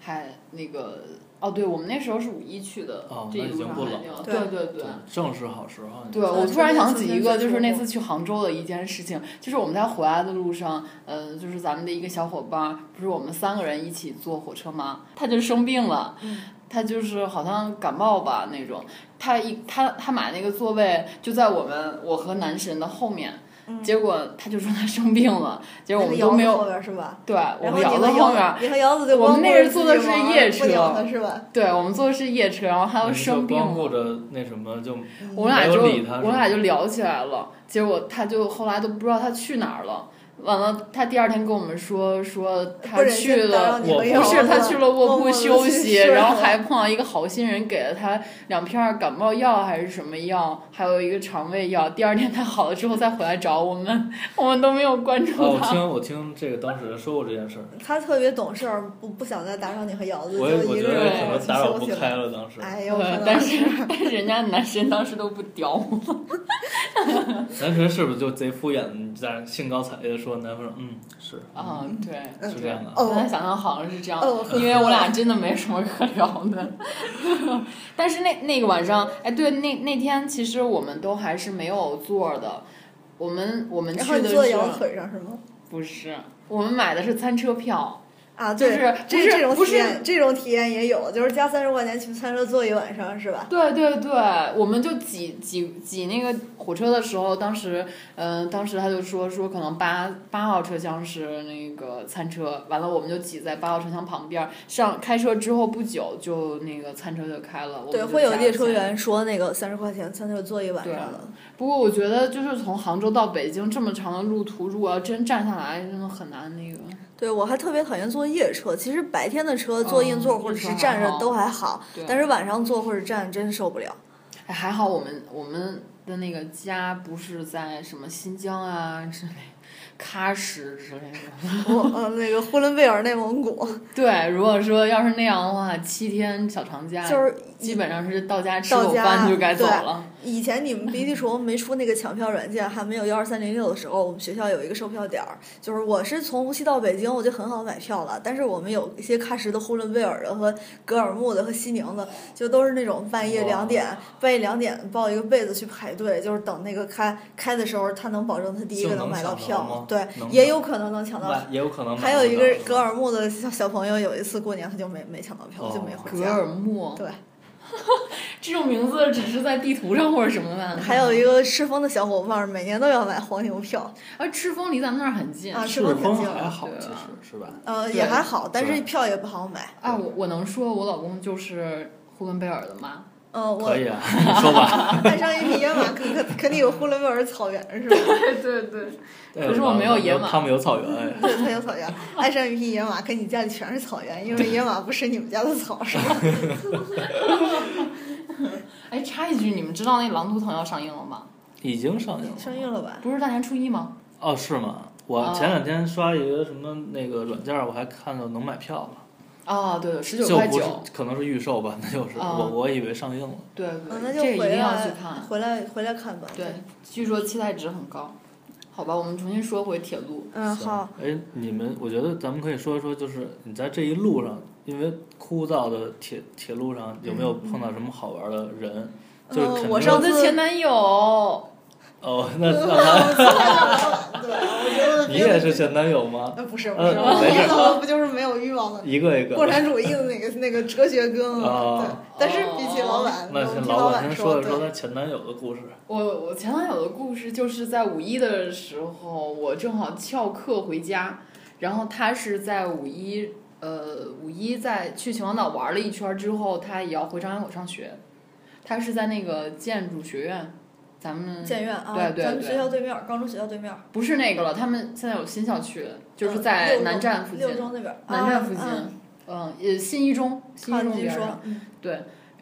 [SPEAKER 3] 还那个哦，对我们那时候是五一去的，
[SPEAKER 1] 哦
[SPEAKER 3] 这一
[SPEAKER 1] 那已
[SPEAKER 3] 路
[SPEAKER 1] 经
[SPEAKER 3] 上
[SPEAKER 1] 不
[SPEAKER 3] 还
[SPEAKER 1] 冷
[SPEAKER 3] 挺
[SPEAKER 1] 了
[SPEAKER 3] 对对对。
[SPEAKER 1] 正是好时候。啊
[SPEAKER 3] 对，
[SPEAKER 2] 对
[SPEAKER 3] 我突然想起一个，
[SPEAKER 2] 曾经
[SPEAKER 3] 就是那
[SPEAKER 2] 接触
[SPEAKER 3] 次去杭州的一件事情，就是我们在回来的路上，呃，就是咱们的一个小伙伴儿，不是我们三个人一起坐火车吗？他就生病了，
[SPEAKER 2] 嗯
[SPEAKER 3] 他就是好像感冒吧那种，他一他他买那个座位就在我们我和男神的后面，
[SPEAKER 2] 嗯
[SPEAKER 3] 结果他就说他生病了，结果我
[SPEAKER 2] 那
[SPEAKER 3] 们
[SPEAKER 2] 个
[SPEAKER 3] 都没
[SPEAKER 2] 姚
[SPEAKER 3] 有
[SPEAKER 2] 子后边儿是吧？
[SPEAKER 3] 对，我们
[SPEAKER 2] 然后你
[SPEAKER 3] 摇
[SPEAKER 2] 和
[SPEAKER 3] 到后面
[SPEAKER 2] 姚
[SPEAKER 3] 儿，
[SPEAKER 2] 子，你和姚子就
[SPEAKER 3] 我们
[SPEAKER 2] 光
[SPEAKER 3] 那
[SPEAKER 2] 顾着
[SPEAKER 3] 是坐
[SPEAKER 2] 自己
[SPEAKER 3] 的是
[SPEAKER 2] 玩儿
[SPEAKER 3] 夜
[SPEAKER 2] 不
[SPEAKER 3] 车
[SPEAKER 2] 鸟他是吧？
[SPEAKER 3] 对，我们坐的是夜车，然后他又
[SPEAKER 1] 你就
[SPEAKER 3] 生病
[SPEAKER 1] 光
[SPEAKER 3] 了，
[SPEAKER 1] 顾着那什么就啊
[SPEAKER 2] 嗯
[SPEAKER 3] 我俩
[SPEAKER 1] 没
[SPEAKER 3] 就
[SPEAKER 1] 有理他
[SPEAKER 3] 我俩就聊起来了，结果他就后来都不知道他去哪儿了。完了，他第二天跟我们说说
[SPEAKER 2] 不
[SPEAKER 3] 他
[SPEAKER 2] 忍
[SPEAKER 3] 去
[SPEAKER 2] 心打扰
[SPEAKER 3] 了，
[SPEAKER 2] 你和
[SPEAKER 1] 我
[SPEAKER 2] 姚
[SPEAKER 3] 不
[SPEAKER 2] 子
[SPEAKER 3] 是他去了卧
[SPEAKER 2] 默默
[SPEAKER 3] 铺
[SPEAKER 2] 地
[SPEAKER 3] 休
[SPEAKER 2] 去啊
[SPEAKER 3] 息，
[SPEAKER 2] 睡
[SPEAKER 3] 然后
[SPEAKER 2] 了
[SPEAKER 3] 还碰到一个好心人给了他两片儿感冒药还是什么药，还有一个肠胃药。第二天他好了之后再回来找我们，我们都没有关注
[SPEAKER 1] 啊，我
[SPEAKER 3] 他。
[SPEAKER 1] 听我听这个当事人说过这件事儿，
[SPEAKER 2] 他特别懂事儿，不不想再打扰你和姚子，
[SPEAKER 1] 我也
[SPEAKER 2] 就
[SPEAKER 1] 我
[SPEAKER 2] 一
[SPEAKER 1] 觉
[SPEAKER 2] 个
[SPEAKER 1] 得
[SPEAKER 2] 人
[SPEAKER 1] 可
[SPEAKER 2] 晚
[SPEAKER 1] 能
[SPEAKER 2] 上
[SPEAKER 1] 打扰
[SPEAKER 2] 休
[SPEAKER 1] 不
[SPEAKER 2] 息
[SPEAKER 1] 开
[SPEAKER 2] 了。
[SPEAKER 1] 了，当时。
[SPEAKER 2] 哎呦，
[SPEAKER 3] 呃
[SPEAKER 2] 可能
[SPEAKER 3] 但是但是人家男神当时都不屌我，
[SPEAKER 1] 男神是不是就贼敷衍？你在兴高采烈的说，男朋友嗯是，
[SPEAKER 3] 啊，对，
[SPEAKER 2] 嗯
[SPEAKER 1] 是这样的。
[SPEAKER 2] 哦
[SPEAKER 3] 本来想象好像是这样，
[SPEAKER 2] 哦呵呵
[SPEAKER 3] 因为我俩真的没什么可聊的。 但是那那个晚上，哎，对，那那天其实我们都还是没有座儿的，我们我们
[SPEAKER 2] 然
[SPEAKER 3] 去
[SPEAKER 2] 后
[SPEAKER 3] 的
[SPEAKER 2] 你坐在姚子
[SPEAKER 3] 是
[SPEAKER 2] 腿上是吗？
[SPEAKER 3] 不是我们买的是餐车票？
[SPEAKER 2] 啊，
[SPEAKER 3] 就
[SPEAKER 2] 对
[SPEAKER 3] 是不
[SPEAKER 2] 这
[SPEAKER 3] 是
[SPEAKER 2] 这种
[SPEAKER 3] 不
[SPEAKER 2] 体验，这种体验也有，就是加三十块钱去餐车坐一晚上是吧？
[SPEAKER 3] 对对对，我们就挤挤挤那个火车的时候，当时，嗯、当时他就说说可能八八号车厢是那个餐车，完了我们就挤在八号车厢旁边儿，上开车之后不久就那个餐车就开了，我们
[SPEAKER 2] 对，
[SPEAKER 3] 就
[SPEAKER 2] 会有
[SPEAKER 3] 加了
[SPEAKER 2] 列车
[SPEAKER 3] 钱。
[SPEAKER 2] 员说那个三十块钱餐车坐一晚
[SPEAKER 3] 对
[SPEAKER 2] 上的，
[SPEAKER 3] 不过我觉得就是从杭州到北京这么长的路途，如果要真站下来，真的很难那个。
[SPEAKER 2] 对我还特别讨厌坐夜车，其实白天的车坐硬座
[SPEAKER 3] 嗯
[SPEAKER 2] 或者是
[SPEAKER 3] 硬座
[SPEAKER 2] 站
[SPEAKER 3] 还好
[SPEAKER 2] 着都还好，
[SPEAKER 3] 对
[SPEAKER 2] 但是晚上坐或者站真受 不了。
[SPEAKER 3] 哎，还好我们我们的那个家不是在什么新疆啊之类、喀什之类的。
[SPEAKER 2] 我呃那个呼伦贝尔内蒙古
[SPEAKER 3] 对，如果说要是那样的话，七天小长假，
[SPEAKER 2] 就是
[SPEAKER 3] 基本上是到家吃
[SPEAKER 2] 到
[SPEAKER 3] 口
[SPEAKER 2] 家
[SPEAKER 3] 饭就该走
[SPEAKER 2] 对
[SPEAKER 3] 了。
[SPEAKER 2] 以前你们鼻涕虫没出那个抢票软件，还没有幺二三零六的时候，我们学校有一个售票点儿，就是我是从无锡到北京，我就很好买票了。但是我们有一些喀什的、呼伦贝尔的和格尔木的和西宁的，就都是那种半夜
[SPEAKER 1] 哇
[SPEAKER 2] 两点， 半夜两点抱一个被子去排队，就是等那个开开的时候，他能保证他第一个
[SPEAKER 1] 就能
[SPEAKER 2] 买到
[SPEAKER 1] 抢到吗
[SPEAKER 2] 票，对
[SPEAKER 1] 能，
[SPEAKER 2] 也
[SPEAKER 1] 抢
[SPEAKER 2] 有可能能抢到。
[SPEAKER 1] 买也有可能买
[SPEAKER 2] 还有一个
[SPEAKER 1] 不
[SPEAKER 2] 格
[SPEAKER 1] 到
[SPEAKER 2] 尔木的小小朋友，有一次过年他就没没抢到票，就没
[SPEAKER 1] 哦
[SPEAKER 2] 回
[SPEAKER 3] 格
[SPEAKER 2] 家。
[SPEAKER 3] 尔木，
[SPEAKER 2] 对，
[SPEAKER 3] 这种名字只是在地图上或者什么吧。
[SPEAKER 2] 还有一个赤峰的小伙伴儿，每年都要买黄牛票。
[SPEAKER 3] 而啊赤峰离咱们那儿很近。
[SPEAKER 2] 啊
[SPEAKER 1] 赤
[SPEAKER 2] 是不是
[SPEAKER 1] 峰
[SPEAKER 2] 挺近
[SPEAKER 1] 还
[SPEAKER 2] 的
[SPEAKER 1] 好，
[SPEAKER 3] 对
[SPEAKER 1] 其
[SPEAKER 3] 啊
[SPEAKER 1] 实是吧？
[SPEAKER 2] 呃，
[SPEAKER 3] 对
[SPEAKER 2] 也还好，但
[SPEAKER 1] 对
[SPEAKER 2] 是票也不好买。
[SPEAKER 3] 啊，我我能说我老公就是呼伦贝尔的吗？
[SPEAKER 2] 呃，我
[SPEAKER 1] 可以啊，你说吧。
[SPEAKER 2] 爱上一匹野马，肯肯肯定有呼伦贝尔草原是吧？
[SPEAKER 3] 对对对，
[SPEAKER 1] 对
[SPEAKER 3] 可是我没有野马
[SPEAKER 1] 他们有草原。哎
[SPEAKER 2] 对，它有草原。爱上一匹野马，可你家里全是草原，因为野马不吃你们家的草 是吧？
[SPEAKER 3] 哎，插一句，你们知道那《狼图腾》要上映了吗？
[SPEAKER 1] 已经上映了。
[SPEAKER 2] 生硬了吧？
[SPEAKER 3] 不是大年初一吗？
[SPEAKER 1] 哦，是吗？
[SPEAKER 3] 哦
[SPEAKER 1] 我前两天刷一个什么那个软件儿，我还看到能买票了，
[SPEAKER 2] 哦
[SPEAKER 3] 啊，对对，十九
[SPEAKER 1] 就
[SPEAKER 3] 块
[SPEAKER 1] 不是
[SPEAKER 3] 九，
[SPEAKER 1] 可能是预售吧，那就是
[SPEAKER 3] 哦
[SPEAKER 1] 我我以为上映了。
[SPEAKER 3] 对
[SPEAKER 2] 嗯，
[SPEAKER 3] 对，
[SPEAKER 2] 那
[SPEAKER 3] 这
[SPEAKER 2] 就
[SPEAKER 3] 个一
[SPEAKER 2] 回
[SPEAKER 3] 定要去
[SPEAKER 2] 来
[SPEAKER 3] 看。
[SPEAKER 2] 回来回来看吧。
[SPEAKER 3] 对，，据说期待值很高。好吧，我们重新说回铁路。
[SPEAKER 2] 嗯，好。
[SPEAKER 1] 哎，你们，我觉得咱们可以说一说，就是你在这一路上，因为枯燥的铁铁路上，有没有碰到什么好玩的人？就是肯定
[SPEAKER 2] 嗯，我上
[SPEAKER 3] 我的
[SPEAKER 2] 次
[SPEAKER 3] 前男友，
[SPEAKER 1] 哦，那那
[SPEAKER 2] 对，啊我觉得
[SPEAKER 1] 他你也是前男友 吗？
[SPEAKER 2] 呃不是不
[SPEAKER 1] 呃
[SPEAKER 2] 是，我
[SPEAKER 1] 没事
[SPEAKER 2] 遇到的不就是没有欲望的
[SPEAKER 1] 一个一个
[SPEAKER 2] 共。产主义的那个那个哲学跟
[SPEAKER 1] 哦
[SPEAKER 2] 对，但是比起
[SPEAKER 3] 哦
[SPEAKER 2] 老板，
[SPEAKER 1] 那
[SPEAKER 2] 我
[SPEAKER 1] 先
[SPEAKER 2] 听
[SPEAKER 1] 老板
[SPEAKER 2] 板
[SPEAKER 1] 先说一
[SPEAKER 2] 对
[SPEAKER 1] 说。他前男友的故事。
[SPEAKER 3] 我我前男友的故事就是在五一的时候，我正好翘课回家，然后他是在五一，呃，五一在去秦皇岛玩了一圈之后，他也要回张家口上学，他是在那个建筑学院，咱们
[SPEAKER 2] 建院啊，
[SPEAKER 3] 对对
[SPEAKER 2] 咱们
[SPEAKER 3] 对
[SPEAKER 2] 学校对面儿，高中学校对面儿，
[SPEAKER 3] 不是那个了，他们现在有新校区，就是
[SPEAKER 2] 嗯
[SPEAKER 3] 在
[SPEAKER 2] 六
[SPEAKER 3] 南
[SPEAKER 2] 中
[SPEAKER 3] 站附近
[SPEAKER 2] 六，中那边儿，
[SPEAKER 3] 南站附近
[SPEAKER 2] 啊，
[SPEAKER 3] 嗯，也信义中，信义
[SPEAKER 2] 嗯啊，
[SPEAKER 3] 中
[SPEAKER 2] 你继续
[SPEAKER 3] 边上
[SPEAKER 2] 说。，嗯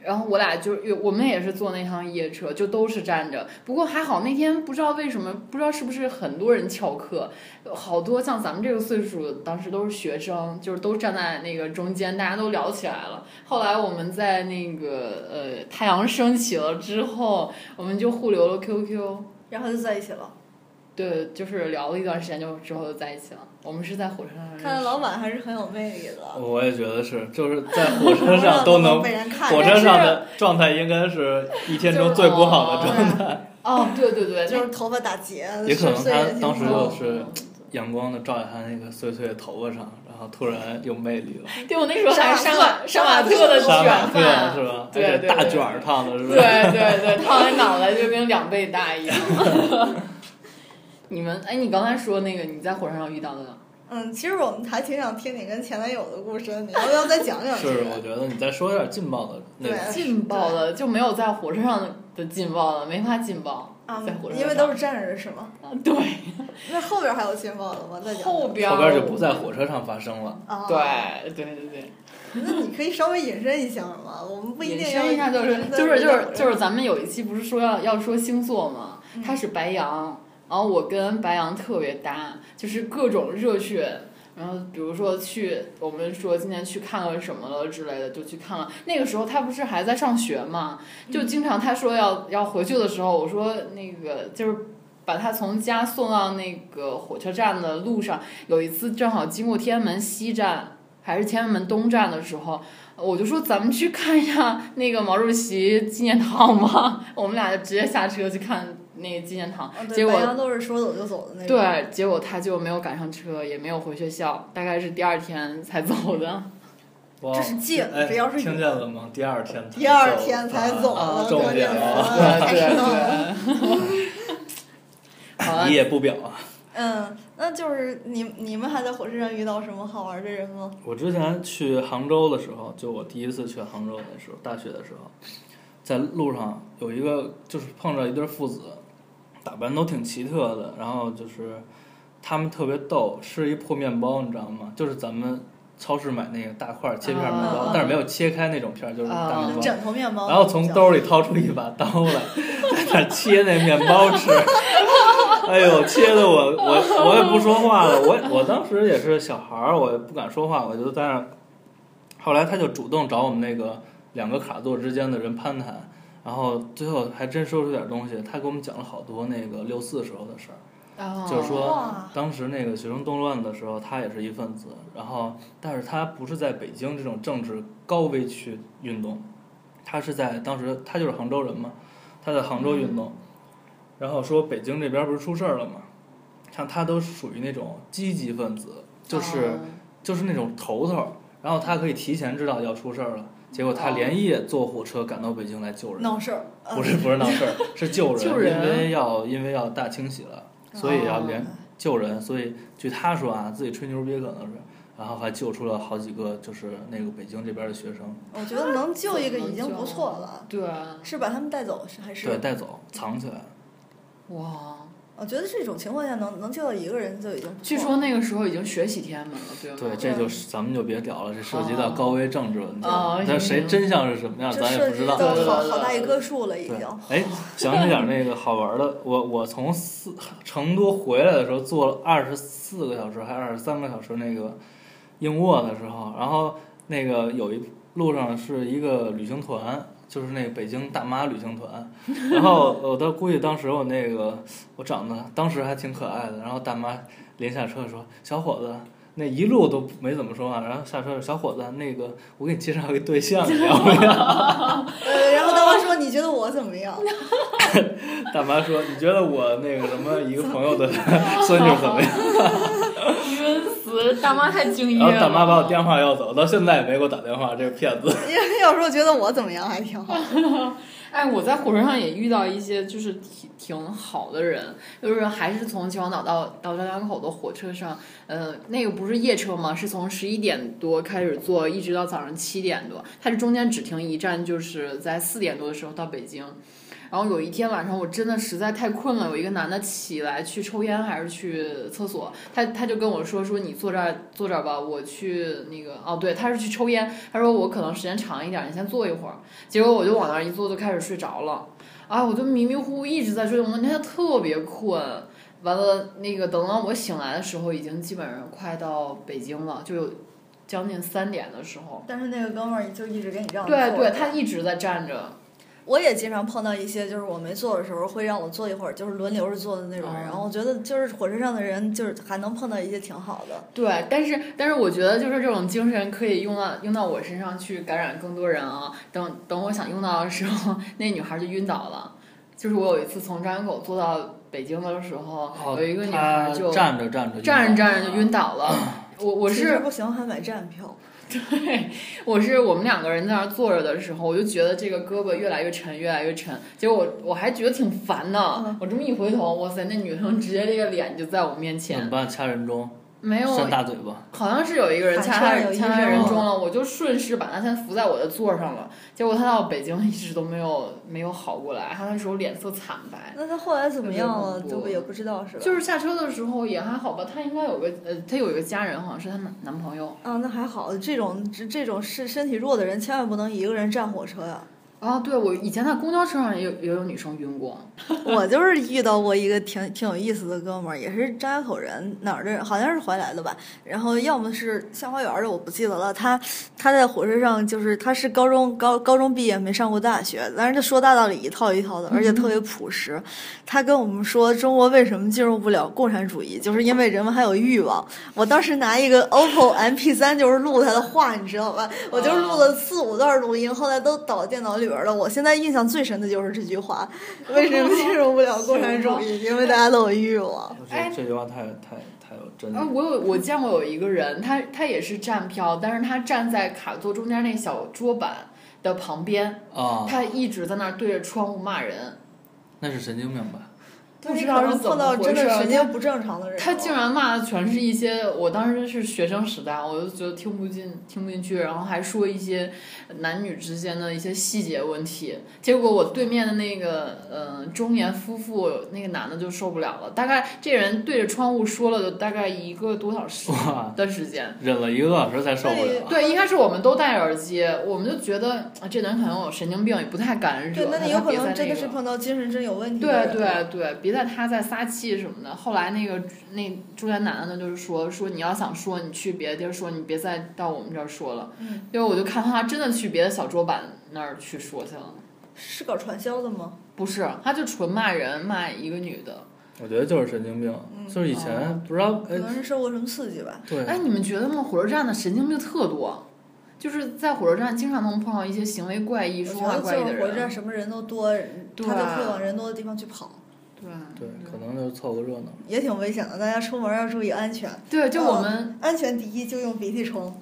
[SPEAKER 3] 然后我俩就我们也是坐那趟夜车，就都是站着。不过还好那天不知道为什么，不知道是不是很多人翘课，好多像咱们这个岁数，当时都是学生，就是都站在那个中间，大家都聊起来了。后来我们在那个呃太阳升起了之后，我们就互留了 QQ，
[SPEAKER 2] 然后就在一起了。
[SPEAKER 3] 对，就是聊了一段时间就之后就在一起了。我们是在火车上认识的
[SPEAKER 2] 看来老板还是很有魅力的，
[SPEAKER 1] 我也觉得是，就是在火车上都 能，
[SPEAKER 2] 被人看 见。
[SPEAKER 1] 火车上的状态应该是一天中最不好的状态，
[SPEAKER 3] 哦，对对对，
[SPEAKER 2] 就是头发打结，
[SPEAKER 1] 也可能
[SPEAKER 2] 碎得
[SPEAKER 1] 他
[SPEAKER 2] 挺
[SPEAKER 1] 当时
[SPEAKER 2] 好
[SPEAKER 1] 就。是阳光的照在他那个碎碎的头发上，然后突然有魅力了，
[SPEAKER 3] 对我那时候还是杀马杀马特的卷
[SPEAKER 1] 杀马特
[SPEAKER 3] 发，
[SPEAKER 1] 是吧？
[SPEAKER 3] 对
[SPEAKER 1] 而且
[SPEAKER 3] 对
[SPEAKER 1] 大
[SPEAKER 3] 对
[SPEAKER 1] 卷儿烫的是吧？
[SPEAKER 3] 对对对，烫在脑袋就跟两倍大一样。你们哎，你刚才说那个你在火车上遇到的，
[SPEAKER 2] 嗯，其实我们还挺想听你跟前男友的故事，你要不要再讲讲？
[SPEAKER 1] 是，我觉得你再说点劲爆的那
[SPEAKER 2] 对
[SPEAKER 1] 种，
[SPEAKER 3] 劲爆的就没有在火车上的劲爆了，没法劲爆，
[SPEAKER 2] 啊
[SPEAKER 3] 在火车，上
[SPEAKER 2] 因为都是站着是吗？
[SPEAKER 3] 对
[SPEAKER 2] 那后边还有劲爆的吗？再讲。
[SPEAKER 3] 后边
[SPEAKER 1] 后边就不
[SPEAKER 3] 在。
[SPEAKER 1] 在火车上发生了。
[SPEAKER 2] 啊，。
[SPEAKER 3] 对对对对，
[SPEAKER 2] 那你可以稍微引申一下嘛，我们不一
[SPEAKER 3] 引
[SPEAKER 2] 定要
[SPEAKER 3] 申一下就是
[SPEAKER 2] 对
[SPEAKER 3] 就是就是
[SPEAKER 2] 对
[SPEAKER 3] 就是咱们有一期不是说要要说星座嘛，
[SPEAKER 2] 嗯
[SPEAKER 3] 他是白羊，然后我跟白羊特别搭，就是各种热血。然后比如说去，我们说今天去看个什么了之类的，就去看了。那个时候他不是还在上学嘛，就经常他说要要回去的时候，我说那个就是把他从家送到那个火车站的路上，有一次正好经过天安门西站还是天安门东站的时候，我就说咱们去看一下那个毛主席纪念堂吧。 我们俩就直接下车去看那个纪念堂，
[SPEAKER 2] 啊对
[SPEAKER 3] 结果
[SPEAKER 2] 白羊都是说走就走的那种。
[SPEAKER 3] 对，结果他就没有赶上车，也没有回学校，大概是第二天才走的。
[SPEAKER 1] 哇
[SPEAKER 2] 这是戒
[SPEAKER 1] 哎
[SPEAKER 2] 只要是
[SPEAKER 1] 听见了吗？第二天才走，
[SPEAKER 2] 第二天才走
[SPEAKER 1] 啊
[SPEAKER 2] 了，
[SPEAKER 1] 重
[SPEAKER 2] 对
[SPEAKER 1] 点
[SPEAKER 2] 啊
[SPEAKER 1] 啊，
[SPEAKER 2] 太
[SPEAKER 3] 对
[SPEAKER 2] 深奥了
[SPEAKER 3] 对。好了
[SPEAKER 1] 你，也不表啊。
[SPEAKER 2] 嗯，那就是你你们还在火车上遇到什么好玩的人吗？
[SPEAKER 1] 我之前去杭州的时候，就我第一次去杭州的时候，大学的时候，在路上有一个就是碰着一对父子，打扮都挺奇特的，然后就是他们特别逗，吃一破面包，你知道吗？就是咱们超市买那个大块儿切片儿面包，
[SPEAKER 2] 啊哦
[SPEAKER 1] 但是没有切开那种片儿，就是大
[SPEAKER 3] 啊
[SPEAKER 1] 面包。
[SPEAKER 2] 枕头面包。
[SPEAKER 1] 然后从兜里掏出一把刀来，在那儿切那面包吃。 哎呦，切的我我我也不说话了，我我当时也是小孩儿，我也不敢说话，我就在那儿。后来他就主动找我们那个两个卡座之间的人攀谈，然后最后还真说出点东西。他给我们讲了好多那个六四时候的事儿。
[SPEAKER 3] 哦
[SPEAKER 1] 就是说
[SPEAKER 2] 哇，
[SPEAKER 1] 当时那个学生动乱的时候，他也是一份子，然后，但是他不是在北京这种政治高危区运动，他是在当时他就是杭州人嘛，他在杭州运动，然后说北京这边不是出事儿了嘛，像他都属于那种积极分子，
[SPEAKER 3] 哦
[SPEAKER 1] 就是就是那种头头儿，然后他可以提前知道要出事儿了，结果他
[SPEAKER 3] 哦
[SPEAKER 1] 连夜坐火车赶到北京来救人，
[SPEAKER 2] 闹事儿，嗯
[SPEAKER 1] 不是不是闹事儿，是救人，
[SPEAKER 3] 救人
[SPEAKER 1] 因为要因为要大清洗了，所以要
[SPEAKER 2] 哦
[SPEAKER 1] 连救人，所以据他说啊，自己吹牛逼可能是，然后还救出了好几个就是那个北京这边的学生，
[SPEAKER 2] 我觉得能救一个已经不错了。
[SPEAKER 3] 对啊，
[SPEAKER 2] 是把他们带走是还
[SPEAKER 1] 对，
[SPEAKER 2] 是？哦
[SPEAKER 1] 带走藏起来。
[SPEAKER 3] 哇。
[SPEAKER 2] 我觉得这种情况下能能救到一个人就已经不错了。
[SPEAKER 3] 据说那个时候已经学习天安门了，对吗？
[SPEAKER 1] 对，这就是咱们就别聊了，这涉及到
[SPEAKER 2] 哦
[SPEAKER 1] 高危政治问题
[SPEAKER 3] 哦
[SPEAKER 1] 了，
[SPEAKER 3] 哦
[SPEAKER 1] 那谁真相是什么样，
[SPEAKER 2] 这
[SPEAKER 1] 咱也
[SPEAKER 2] 涉
[SPEAKER 1] 不知
[SPEAKER 2] 及
[SPEAKER 1] 道
[SPEAKER 2] 到。
[SPEAKER 3] 对对
[SPEAKER 2] 好
[SPEAKER 3] 对
[SPEAKER 2] 好大一棵树了已
[SPEAKER 1] 对
[SPEAKER 2] 经。，
[SPEAKER 1] 哎，想起点儿那个好玩儿的，我我从四成都回来的时候坐了二十四个小时还是二十三个小时那个硬卧的时候，然后那个有一路上是一个旅行团，就是那个北京大妈旅行团， 然后我都估计当时我那个我长得当时还挺可爱的，然后大妈临下车说：“小伙子。”那一路都没怎么说话、然后下车小伙子，那个我给你介绍一个对象，你要不要？
[SPEAKER 2] 呃，然后大妈说：“你觉得我怎么样
[SPEAKER 1] 大妈说：“ 你觉得我那个什么一个朋友的孙女怎么样
[SPEAKER 3] 晕死
[SPEAKER 4] 大妈太敬业
[SPEAKER 1] 然后
[SPEAKER 4] 了。
[SPEAKER 1] 大妈把我电话要走，到现在也没给我打电话，这个骗子。
[SPEAKER 2] 因为有时候觉得我怎么样还 挺好。
[SPEAKER 3] 哎，我在火车上也遇到一些就是挺挺好的人，就是还是从秦皇岛到到张家口的火车上，呃，那个不是夜车嘛，是从十一点多开始坐，一直到早上七点多，它是中间只停一站，就是在四点多的时候到北京。然后有一天晚上，我真的实在太困了，有一个男的起来去抽烟还是去厕所，他他就跟我说说你坐这儿坐这儿吧，我去那个哦对，他是去抽烟，他说我可能时间长一点，你先坐一会儿。结果我就往那儿一坐就开始睡着了，啊，我就迷迷糊糊一直在睡，我那天特别困。完了，那个等到我醒来的时候，已经基本上快到北京了，就有将近三点的时候。
[SPEAKER 2] 但是那个哥们儿就一直给你让座
[SPEAKER 3] 对对，他一直在站着。
[SPEAKER 2] 我也经常碰到一些，就是我没坐的时候会让我坐一会儿，就是轮流着坐的那种
[SPEAKER 1] 哦
[SPEAKER 3] 嗯
[SPEAKER 2] 人。然后我觉得就是火车上的人，就是还能碰到一些挺好的。
[SPEAKER 3] 对，但是但是我觉得就是这种精神可以用到用到我身上去感染更多人啊。等等我想用到的时候， 那女孩就晕倒了。就是我有一次从张家口坐到北京的时候，有一个女孩
[SPEAKER 1] 哦她
[SPEAKER 3] 就
[SPEAKER 1] 站着站着就
[SPEAKER 3] 站着站着就晕倒了。我我
[SPEAKER 2] 其实
[SPEAKER 3] 是
[SPEAKER 2] 不行还买站票，
[SPEAKER 3] 我是我们两个人在那儿坐着的时候，我就觉得这个胳膊越来越沉，越来越沉。结果我我还觉得挺烦的
[SPEAKER 2] 嗯。
[SPEAKER 3] 我这么一回头，哇塞，那女生直接这个脸就在我面
[SPEAKER 1] 怎么
[SPEAKER 3] 前，
[SPEAKER 1] 办？掐人中，
[SPEAKER 3] 没有
[SPEAKER 1] 扇大嘴巴，
[SPEAKER 3] 好像是有哦一个人掐他
[SPEAKER 2] 反正有一
[SPEAKER 3] 掐他人
[SPEAKER 1] 人
[SPEAKER 3] 中了，我就顺势把他先扶在我的座上了。结果他到北京一直都没有没有好过来，他那时候脸色惨白。
[SPEAKER 2] 那他后来怎么样
[SPEAKER 3] 特
[SPEAKER 2] 了，
[SPEAKER 3] 别恐
[SPEAKER 2] 就
[SPEAKER 3] 怖
[SPEAKER 2] 也不知道是吧？
[SPEAKER 3] 哎就是下车的时候也还好吧，他应该有个呃，他有一个家人，好像是她男男朋友。
[SPEAKER 2] 啊，那还好，这种这这种是身体弱的人，千万不能一个人站火车呀、
[SPEAKER 3] 啊，对，我以前在公交车上也有也有女生晕过。
[SPEAKER 2] 我就是遇到过一个挺挺有意思的哥们儿，也是张家口人，哪儿的人？好像是怀来的吧。然后要么是下花园儿的，我不记得了。他他在火车上，就是他是高中高高中毕业，没上过大学，但是他说大道理一套一套的，而且特别朴实。他跟我们说中国为什么进入不了共产主义，就是因为人们还有欲望。我当时拿一个 OPPO MP 3就是录他的话，你知道吧？我就录了四五段录音，后来都导电脑里边儿了。我现在印象最深的就是这句话： 为什么进入不了共产主义？因为大家都有欲望。
[SPEAKER 3] 哎
[SPEAKER 1] 这这句话太太太有真
[SPEAKER 3] 啊，我有我见过有一个人，他他也是站票，但是他站在卡座中间那小桌板的旁边，
[SPEAKER 1] 啊，
[SPEAKER 3] 他一直在那儿对着窗户骂人，
[SPEAKER 1] 那是神经病吧？
[SPEAKER 3] 不
[SPEAKER 2] 你
[SPEAKER 3] 知
[SPEAKER 2] 可
[SPEAKER 3] 道
[SPEAKER 2] 能
[SPEAKER 3] 是怎
[SPEAKER 2] 碰
[SPEAKER 3] 么
[SPEAKER 2] 到
[SPEAKER 3] 回
[SPEAKER 2] 真
[SPEAKER 3] 事
[SPEAKER 2] 的
[SPEAKER 3] 儿
[SPEAKER 2] 神。经不正常的人了，啊
[SPEAKER 3] 他竟然骂的全是一些，我当时是学生时代，我就觉得听不进听不进去，然后还说一些男女之间的一些细节问题。结果我对面的那个呃中年夫妇那个男的就受不了了，大概这人对着窗户说了有大概一个多小时
[SPEAKER 1] 哇，
[SPEAKER 3] 的时间。
[SPEAKER 1] 忍了一个多小时才受不了。
[SPEAKER 3] 对，一开始我们都戴耳机，我们就觉对，啊这人可能有神经病，也不太敢惹
[SPEAKER 2] 对，
[SPEAKER 3] 他，
[SPEAKER 2] 那你
[SPEAKER 3] 他
[SPEAKER 2] 有可
[SPEAKER 3] 别在
[SPEAKER 2] 能真
[SPEAKER 3] 那
[SPEAKER 2] 的
[SPEAKER 3] 个
[SPEAKER 2] 是碰到精神真有问题的
[SPEAKER 3] 对
[SPEAKER 2] 人。
[SPEAKER 3] 对对，别在他在撒气什么的。后来那个那中间男的呢，就是说说你要想说，你去别的地儿说，你别再到我们这儿说了。
[SPEAKER 2] 嗯
[SPEAKER 3] 因为我就看他真的去别的小桌板那儿去说去了，
[SPEAKER 2] 是搞传销的吗？
[SPEAKER 3] 不是，他就纯骂人，骂一个女的。
[SPEAKER 1] 我觉得就是神经病，
[SPEAKER 3] 嗯
[SPEAKER 1] 就是以前不知道
[SPEAKER 2] 可
[SPEAKER 1] 哎，
[SPEAKER 2] 能是受过什么刺激吧。
[SPEAKER 1] 对，
[SPEAKER 3] 哦哎，你们觉得吗？火车站的神经病特多，就是在火车站经常能碰到一些行为怪异、
[SPEAKER 2] 我
[SPEAKER 3] 说
[SPEAKER 2] 觉
[SPEAKER 3] 话
[SPEAKER 2] 得
[SPEAKER 3] 怪异
[SPEAKER 2] 就
[SPEAKER 3] 的
[SPEAKER 2] 是火车站
[SPEAKER 3] 人。
[SPEAKER 2] 什么人都多，他
[SPEAKER 3] 对
[SPEAKER 2] 就会往人多的地方去跑，
[SPEAKER 3] 对
[SPEAKER 1] 对，可能就是凑个热闹。
[SPEAKER 2] 也挺危险的。大家出门要注意安全，
[SPEAKER 3] 对，就我们
[SPEAKER 2] 安全第一，就用鼻涕冲。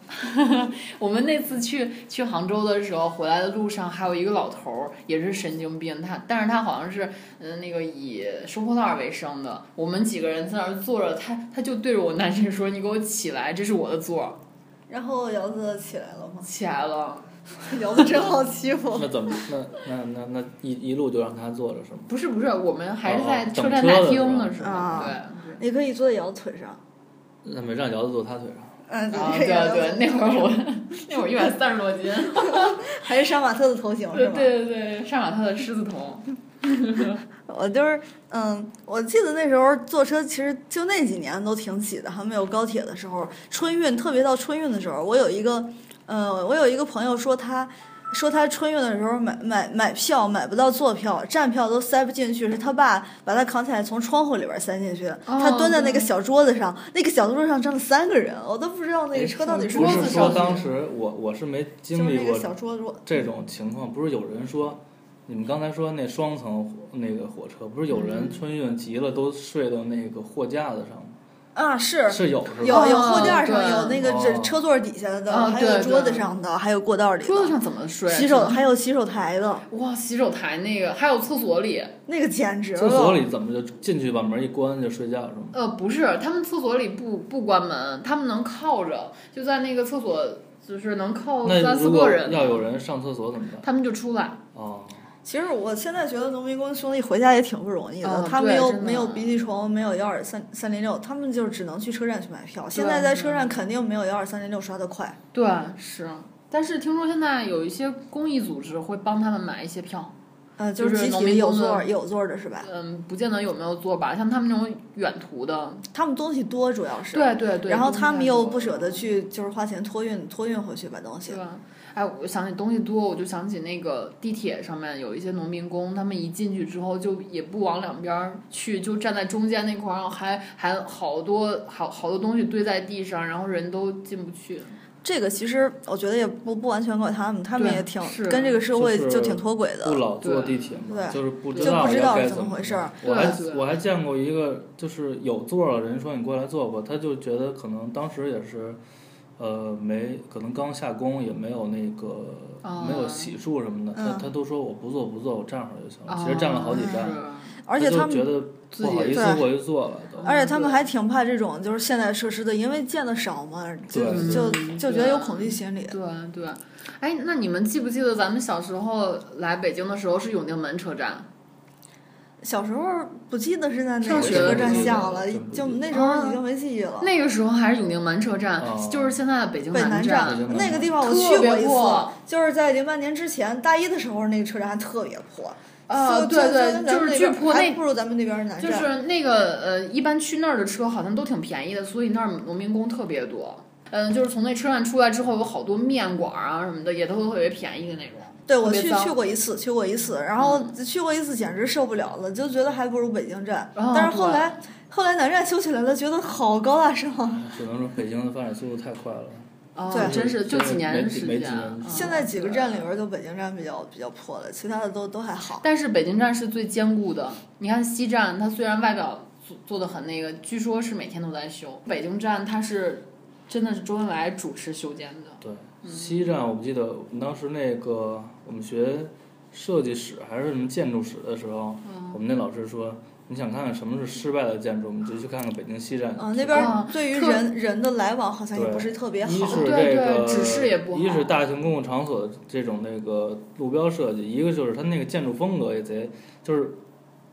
[SPEAKER 3] 我们那次去去杭州的时候，回来的路上还有一个老头儿，也是神经病，他但是他好像是嗯、那个以收破烂儿为生的。我们几个人在那儿坐着，他他就对着我男神说：“你给我起来，这是我的座儿。
[SPEAKER 2] 然后姚子起来了”吗？
[SPEAKER 3] 起来了，
[SPEAKER 2] 姚子真好欺
[SPEAKER 3] 哦
[SPEAKER 2] 负。
[SPEAKER 1] 那怎么那那那那一一路就让他坐着是吗？
[SPEAKER 3] 不是不是，我们还是在
[SPEAKER 1] 哦
[SPEAKER 3] 车站
[SPEAKER 1] 等车
[SPEAKER 3] 大
[SPEAKER 1] 的
[SPEAKER 3] 厅
[SPEAKER 1] 时候
[SPEAKER 3] 的时候，
[SPEAKER 2] 啊
[SPEAKER 3] 对。
[SPEAKER 2] 你可以坐在姚子腿上。
[SPEAKER 1] 那没让姚子坐他腿上。
[SPEAKER 2] 嗯，
[SPEAKER 3] 啊，
[SPEAKER 2] 可
[SPEAKER 3] 对
[SPEAKER 2] 以让姚
[SPEAKER 3] 对，
[SPEAKER 2] 子
[SPEAKER 3] 那会儿我 那会儿一百三十多斤，
[SPEAKER 2] 还是杀马特的头型是
[SPEAKER 3] 对
[SPEAKER 2] 吗？
[SPEAKER 3] 呃对对对，上了他的狮子头，
[SPEAKER 2] 我就是，嗯，我记得那时候坐车，其实就那几年都挺挤的，还没有高铁的时候。春运，特别到春运的时候，我有一个，呃，我有一个朋友说他，说他春运的时候买买买票买不到坐票，站票都塞不进去，是他爸把他扛起来从窗户里边塞进去的。他蹲在那个小桌子上，那个小桌子上站了三个人，我都不知道那个车到底是
[SPEAKER 1] 不
[SPEAKER 3] 桌
[SPEAKER 1] 是
[SPEAKER 3] 子
[SPEAKER 1] 说
[SPEAKER 3] 上
[SPEAKER 1] 当时我我是没
[SPEAKER 2] 就是
[SPEAKER 1] 经历
[SPEAKER 2] 那
[SPEAKER 1] 过
[SPEAKER 2] 个小桌桌。
[SPEAKER 1] 这种情况，不是有人说，你们刚才说那双层火那个火车，不是有人春运急了都睡到那个货架子上吗？
[SPEAKER 2] 啊，是
[SPEAKER 1] 是有是吧？
[SPEAKER 2] 有有货架上
[SPEAKER 3] 嗯对
[SPEAKER 2] 有那个这
[SPEAKER 1] 哦
[SPEAKER 2] 车座底下的，
[SPEAKER 3] 啊
[SPEAKER 2] 还
[SPEAKER 3] 对
[SPEAKER 2] 有
[SPEAKER 3] 对
[SPEAKER 2] 桌子上的，还有过道里
[SPEAKER 3] 桌子
[SPEAKER 2] 的，
[SPEAKER 3] 上怎么睡？啊
[SPEAKER 2] 洗手还有洗手台的，
[SPEAKER 3] 哇，洗手台那个，还有厕所里，
[SPEAKER 2] 那个简直
[SPEAKER 1] 厕所
[SPEAKER 2] 了。
[SPEAKER 1] 里怎么就进去把门一关就睡觉是吗？
[SPEAKER 3] 呃，不是，他们厕所里不不关门，他们能靠着，就在那个厕所，就是能靠
[SPEAKER 1] 那
[SPEAKER 3] 哦三四
[SPEAKER 1] 如果
[SPEAKER 3] 个人，
[SPEAKER 1] 要有人上厕所怎么办？
[SPEAKER 3] 他们就出来。
[SPEAKER 1] 哦，
[SPEAKER 2] 其实我现在觉得农民工兄弟回家也挺不容易的
[SPEAKER 3] 嗯，
[SPEAKER 2] 他
[SPEAKER 3] 对
[SPEAKER 2] 没有
[SPEAKER 3] 真的
[SPEAKER 2] 没有鼻涕虫，没有幺二三三零六，他们就只能去车站去买票。现在
[SPEAKER 3] 对
[SPEAKER 2] 在
[SPEAKER 3] 对
[SPEAKER 2] 车站肯定没有幺二三零六刷的快。
[SPEAKER 3] 对，是。但是听说现在有一些公益组织会帮他们买一些票，
[SPEAKER 2] 嗯，就
[SPEAKER 3] 就是是
[SPEAKER 2] 集
[SPEAKER 3] 农
[SPEAKER 2] 体
[SPEAKER 3] 民
[SPEAKER 2] 有
[SPEAKER 3] 工的
[SPEAKER 2] 座儿有座儿的是吧？
[SPEAKER 3] 嗯，不见得有没有座吧，像他们那种远途的，
[SPEAKER 2] 他们东西多，主要是。
[SPEAKER 3] 对对对。
[SPEAKER 2] 然后
[SPEAKER 3] 东西
[SPEAKER 2] 他
[SPEAKER 3] 太
[SPEAKER 2] 们又
[SPEAKER 3] 多
[SPEAKER 2] 不
[SPEAKER 3] 了
[SPEAKER 2] 舍得去，就是花钱托运托运回去把东西
[SPEAKER 3] 对。吧？哎，我想起东西多，我就想起那个地铁上面有一些农民工，他们一进去之后就也不往两边儿去，就站在中间那块儿，然后还还好多好好多东西堆在地上，然后人都进不去。
[SPEAKER 2] 这个其实我觉得也不不完全怪他们，他们
[SPEAKER 3] 对
[SPEAKER 2] 也挺
[SPEAKER 3] 是
[SPEAKER 2] 跟这个社会
[SPEAKER 1] 就是
[SPEAKER 2] 就挺脱轨的
[SPEAKER 1] 不。老坐地
[SPEAKER 3] 对
[SPEAKER 1] 铁嘛，
[SPEAKER 2] 对
[SPEAKER 1] 就是不知
[SPEAKER 2] 就不知道
[SPEAKER 1] 该
[SPEAKER 2] 怎
[SPEAKER 1] 怎
[SPEAKER 2] 么回事儿
[SPEAKER 1] 我还
[SPEAKER 3] 对
[SPEAKER 1] 我还见过一个就是有座了，人说你过来坐吧，他就觉得可能当时也是，呃，没可能刚下工也没有那个、
[SPEAKER 3] 啊
[SPEAKER 1] 没有洗漱什么的，他
[SPEAKER 2] 嗯
[SPEAKER 1] 他都说我不坐不坐，我站会儿就行了。其实站了好几
[SPEAKER 3] 啊
[SPEAKER 1] 站，
[SPEAKER 3] 是
[SPEAKER 2] 而且
[SPEAKER 1] 他
[SPEAKER 2] 他
[SPEAKER 1] 就觉
[SPEAKER 2] 们，
[SPEAKER 1] 得
[SPEAKER 3] 自
[SPEAKER 1] 不好
[SPEAKER 3] 己
[SPEAKER 1] 意思
[SPEAKER 2] 对
[SPEAKER 1] 过去坐了都。
[SPEAKER 2] 而且他们还挺怕这种就是现代设施的，因为见的少嘛，就
[SPEAKER 1] 对
[SPEAKER 2] 就
[SPEAKER 3] 对
[SPEAKER 2] 就觉得有恐惧心理。
[SPEAKER 3] 对对。哎，那你们记不记得咱们小时候来北京的时候是永定门车站？
[SPEAKER 2] 小时候不记得是在哪
[SPEAKER 3] 上
[SPEAKER 2] 个
[SPEAKER 3] 学
[SPEAKER 2] 车
[SPEAKER 3] 的
[SPEAKER 2] 站
[SPEAKER 3] 时候
[SPEAKER 2] 下了
[SPEAKER 1] 真不，记
[SPEAKER 2] 就
[SPEAKER 1] 得
[SPEAKER 2] 那时候已经没记忆了。
[SPEAKER 3] 啊那个时候还是永定门车站，
[SPEAKER 1] 哦
[SPEAKER 3] 就是现在的北京
[SPEAKER 2] 哦北南
[SPEAKER 3] 站。
[SPEAKER 1] 北京南
[SPEAKER 2] 那个
[SPEAKER 1] 站
[SPEAKER 2] 地方我
[SPEAKER 3] 特
[SPEAKER 2] 去过
[SPEAKER 3] 别
[SPEAKER 2] 一次
[SPEAKER 3] 破，
[SPEAKER 2] 就是在零八年之前，大一的时候那个车站还特别破。
[SPEAKER 3] 啊
[SPEAKER 2] 就
[SPEAKER 3] 对
[SPEAKER 2] 就
[SPEAKER 3] 对就
[SPEAKER 2] 跟咱们
[SPEAKER 3] 是巨
[SPEAKER 2] 那边
[SPEAKER 3] 破
[SPEAKER 2] 还
[SPEAKER 3] 那
[SPEAKER 2] 不如咱们那边儿南
[SPEAKER 3] 就
[SPEAKER 2] 站。
[SPEAKER 3] 是那个呃，一般去那儿的车好像都挺便宜的，所以那儿农民工特别多。嗯，就是从那车站出来之后，有好多面馆儿啊什么的，也都特别便宜的那种。
[SPEAKER 2] 对，
[SPEAKER 3] 特
[SPEAKER 2] 我
[SPEAKER 3] 别嗯
[SPEAKER 2] 去
[SPEAKER 3] 脏
[SPEAKER 2] 去过一次，去过一次，然后去过一次，简直受不了了，就觉得还不如北京站。
[SPEAKER 3] 哦
[SPEAKER 2] 但是后来后来南站修起来了，觉得好高啊大上。
[SPEAKER 1] 只能说北京的发展速度太快了。
[SPEAKER 3] 哦
[SPEAKER 2] 对
[SPEAKER 3] 真是就几年
[SPEAKER 1] 没
[SPEAKER 3] 的
[SPEAKER 1] 几
[SPEAKER 3] 时
[SPEAKER 1] 没几
[SPEAKER 3] 间。
[SPEAKER 1] 年
[SPEAKER 3] 嗯
[SPEAKER 2] 现在几个站里。边，就北京站比较比较破了，其他的都都还好。
[SPEAKER 3] 但是北京站是最坚固的。你看西站，它虽然外表做做的很那个，据说是每天都在修。北京站它是真的是周恩来主持修建的。
[SPEAKER 1] 对，西站我不记得，我们当时那个我们学设计史还是什么建筑史的时候，我们那老师说，你想看看什么是失败的建筑，我们就去看看北京西站。
[SPEAKER 2] 嗯，那边儿
[SPEAKER 3] 啊
[SPEAKER 2] 对于
[SPEAKER 3] 特
[SPEAKER 2] 人人的来往好像也
[SPEAKER 1] 对
[SPEAKER 2] 不是特别
[SPEAKER 1] 一
[SPEAKER 2] 好
[SPEAKER 1] 是。
[SPEAKER 3] 对
[SPEAKER 1] 这
[SPEAKER 3] 对
[SPEAKER 1] 个，
[SPEAKER 3] 指示也不好
[SPEAKER 1] 一是大型公共场所的这种那个路标设计，一个就是它那个建筑风格也贼，就是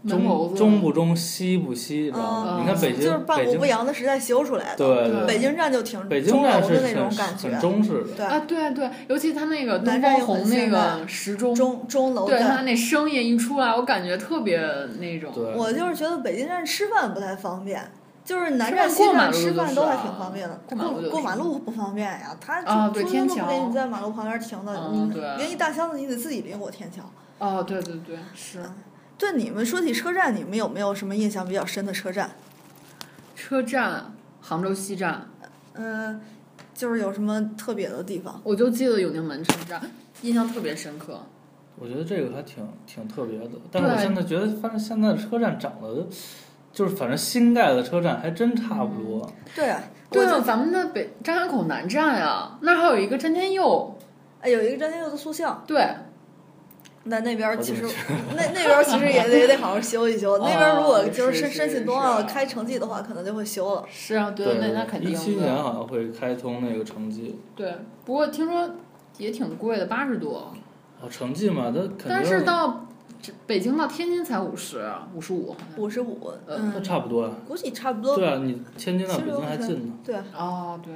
[SPEAKER 3] 门楼
[SPEAKER 1] 中
[SPEAKER 3] 子
[SPEAKER 1] 中不中西不西，知道吗？
[SPEAKER 3] 嗯
[SPEAKER 1] 你看北
[SPEAKER 2] 就是
[SPEAKER 1] 京，
[SPEAKER 2] 半
[SPEAKER 1] 北
[SPEAKER 2] 古
[SPEAKER 1] 京
[SPEAKER 2] 不，扬的时代修出来的。
[SPEAKER 1] 对
[SPEAKER 3] 对
[SPEAKER 2] 北京站就挺
[SPEAKER 1] 北京
[SPEAKER 2] 钟
[SPEAKER 1] 站
[SPEAKER 2] 楼
[SPEAKER 1] 是
[SPEAKER 2] 的那种
[SPEAKER 1] 很
[SPEAKER 2] 感
[SPEAKER 1] 很
[SPEAKER 2] 觉。
[SPEAKER 1] 中式的，
[SPEAKER 2] 对，
[SPEAKER 3] 啊，对对，尤其它那个
[SPEAKER 2] 南
[SPEAKER 3] 东
[SPEAKER 2] 站
[SPEAKER 3] 方
[SPEAKER 2] 也很
[SPEAKER 3] 红那
[SPEAKER 2] 现代
[SPEAKER 3] 个时钟，
[SPEAKER 2] 钟钟楼
[SPEAKER 3] 对啊
[SPEAKER 2] 站
[SPEAKER 3] 他。那声音一出来，我感觉特别那种。
[SPEAKER 1] 对。
[SPEAKER 2] 我就是觉得北京站吃饭不太方便，就是南站、
[SPEAKER 3] 吃
[SPEAKER 2] 西
[SPEAKER 3] 饭过马
[SPEAKER 2] 站
[SPEAKER 3] 路
[SPEAKER 2] 吃饭
[SPEAKER 3] 就是
[SPEAKER 2] 都还挺方便的，
[SPEAKER 3] 过马路就是
[SPEAKER 2] 过马路不方便呀，他
[SPEAKER 3] 啊
[SPEAKER 2] 就
[SPEAKER 3] 对
[SPEAKER 2] 中
[SPEAKER 3] 天
[SPEAKER 2] 间都不
[SPEAKER 3] 桥
[SPEAKER 2] 给你在马路旁边停的，
[SPEAKER 3] 嗯
[SPEAKER 2] 你
[SPEAKER 3] 对
[SPEAKER 2] 连一大箱子你得自己拎过天桥。
[SPEAKER 3] 哦，对对对，是
[SPEAKER 2] 对你们说起车站，你们有没有什么印象比较深的车站？
[SPEAKER 3] 车站，杭州西站，
[SPEAKER 2] 嗯，就是有什么特别的地方？
[SPEAKER 3] 我就记得永定门车站，印象特别深刻。
[SPEAKER 1] 我觉得这个还挺挺特别的，但是
[SPEAKER 3] 对
[SPEAKER 1] 我现在觉得，反正现在的车站长得，就是反正新盖的车站还真差不多。
[SPEAKER 2] 对，
[SPEAKER 3] 对
[SPEAKER 2] 我
[SPEAKER 3] 啊，
[SPEAKER 2] 就
[SPEAKER 3] 咱们的北张家口南站啊，那儿还有一个詹天佑，
[SPEAKER 2] 哎有一个张天佑的塑像，
[SPEAKER 3] 对，
[SPEAKER 2] 那那边儿
[SPEAKER 1] 好
[SPEAKER 2] 其
[SPEAKER 1] 久
[SPEAKER 2] 实
[SPEAKER 1] 没
[SPEAKER 2] 那那边儿其实也得也得好好修 一修。那边儿如果
[SPEAKER 3] 哦
[SPEAKER 2] 就是
[SPEAKER 3] 是
[SPEAKER 2] 申申
[SPEAKER 3] 是啊
[SPEAKER 2] 请冬奥
[SPEAKER 3] 是
[SPEAKER 2] 开成绩的话，可能就会修了。
[SPEAKER 3] 是啊，对
[SPEAKER 1] 对
[SPEAKER 3] 对，那肯定
[SPEAKER 1] 一七年
[SPEAKER 3] 的。
[SPEAKER 1] 好像会开通那个城际，
[SPEAKER 3] 对，不过听说也挺贵的，八十多，
[SPEAKER 1] 哦，城际嘛，它肯定
[SPEAKER 3] 但是到这北京到天津才五十，五十五好像。
[SPEAKER 2] 五十五，
[SPEAKER 3] 呃
[SPEAKER 1] 那
[SPEAKER 2] 嗯，
[SPEAKER 1] 差不多呀。
[SPEAKER 2] 估计差不多。
[SPEAKER 1] 对啊，你天津到北京还近呢。
[SPEAKER 2] 对，
[SPEAKER 3] 哦，对，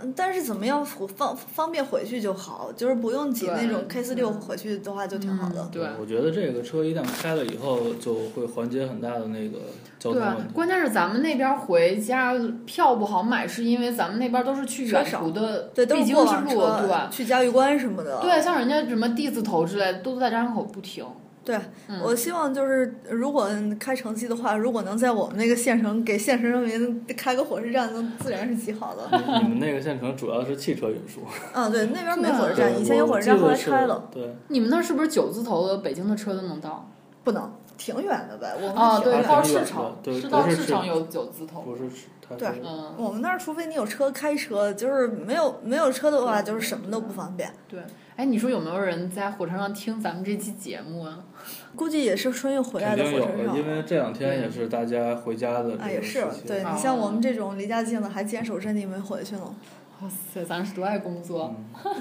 [SPEAKER 2] 嗯，但是怎么样方方方便回去就好，就是不用挤那种 K
[SPEAKER 3] 对
[SPEAKER 2] 四六回去的话就挺好的
[SPEAKER 3] 嗯。对。
[SPEAKER 1] 我觉得这个车一旦开了以后，就会缓解很大的那个交通
[SPEAKER 3] 对啊
[SPEAKER 1] 问，题。
[SPEAKER 3] 关键是咱们那边回家票不好买，是因为咱们那边都是去远
[SPEAKER 2] 车少
[SPEAKER 3] 途的
[SPEAKER 2] 对，
[SPEAKER 3] 必
[SPEAKER 2] 都
[SPEAKER 3] 经
[SPEAKER 2] 是
[SPEAKER 3] 之
[SPEAKER 2] 过往
[SPEAKER 3] 路，
[SPEAKER 2] 车，呃
[SPEAKER 3] 对
[SPEAKER 2] 去嘉峪关什么的。
[SPEAKER 3] 对，啊像人家什么地字头之类的，都在张家口不停。
[SPEAKER 2] 对
[SPEAKER 3] 嗯
[SPEAKER 2] 我希望就是如果开城际的话，如果能在我们那个县城给县城人民开个火车站，那自然是极好的。
[SPEAKER 1] 你你们那个县城主要是汽车运 输，
[SPEAKER 2] 嗯，对，那边没火车
[SPEAKER 1] 对
[SPEAKER 2] 站，以前有火车
[SPEAKER 1] 我
[SPEAKER 2] 站，
[SPEAKER 1] 记
[SPEAKER 2] 后
[SPEAKER 1] 得
[SPEAKER 2] 来
[SPEAKER 1] 是
[SPEAKER 2] 拆了。
[SPEAKER 1] 对，
[SPEAKER 3] 你们那儿是不是九字头的北京的车都能到？
[SPEAKER 2] 不能，挺远的呗。我
[SPEAKER 3] 啊，
[SPEAKER 2] 们挺
[SPEAKER 3] 对，
[SPEAKER 2] 远
[SPEAKER 1] 花
[SPEAKER 3] 到
[SPEAKER 2] 的。
[SPEAKER 1] 挺
[SPEAKER 3] 市
[SPEAKER 1] 远
[SPEAKER 3] 场
[SPEAKER 1] 的，对
[SPEAKER 3] 是
[SPEAKER 1] 不
[SPEAKER 3] 到
[SPEAKER 1] 是
[SPEAKER 3] 市
[SPEAKER 1] 市
[SPEAKER 3] 场有有字头，
[SPEAKER 1] 不是吃，它
[SPEAKER 2] 对
[SPEAKER 1] 是
[SPEAKER 3] 嗯，
[SPEAKER 2] 我们那儿除非你有车开车，就是没有没有车的话，就是什么都不方便。
[SPEAKER 3] 对。哎，你说有没有人在火车上听咱们这期节目啊？
[SPEAKER 2] 估计也是春运回来
[SPEAKER 1] 肯
[SPEAKER 2] 的
[SPEAKER 1] 定
[SPEAKER 2] 火
[SPEAKER 1] 有
[SPEAKER 2] 车
[SPEAKER 1] 的，
[SPEAKER 2] 上
[SPEAKER 1] 因。为这两天也是大家回家的这
[SPEAKER 2] 啊，
[SPEAKER 1] 个
[SPEAKER 2] 也
[SPEAKER 1] 时
[SPEAKER 2] 是，
[SPEAKER 1] 期。
[SPEAKER 2] 对
[SPEAKER 3] 啊
[SPEAKER 2] 你像我们这种离家近了还坚守阵地没回去呢，
[SPEAKER 3] 哇塞，咱是多爱工作！啊
[SPEAKER 1] 嗯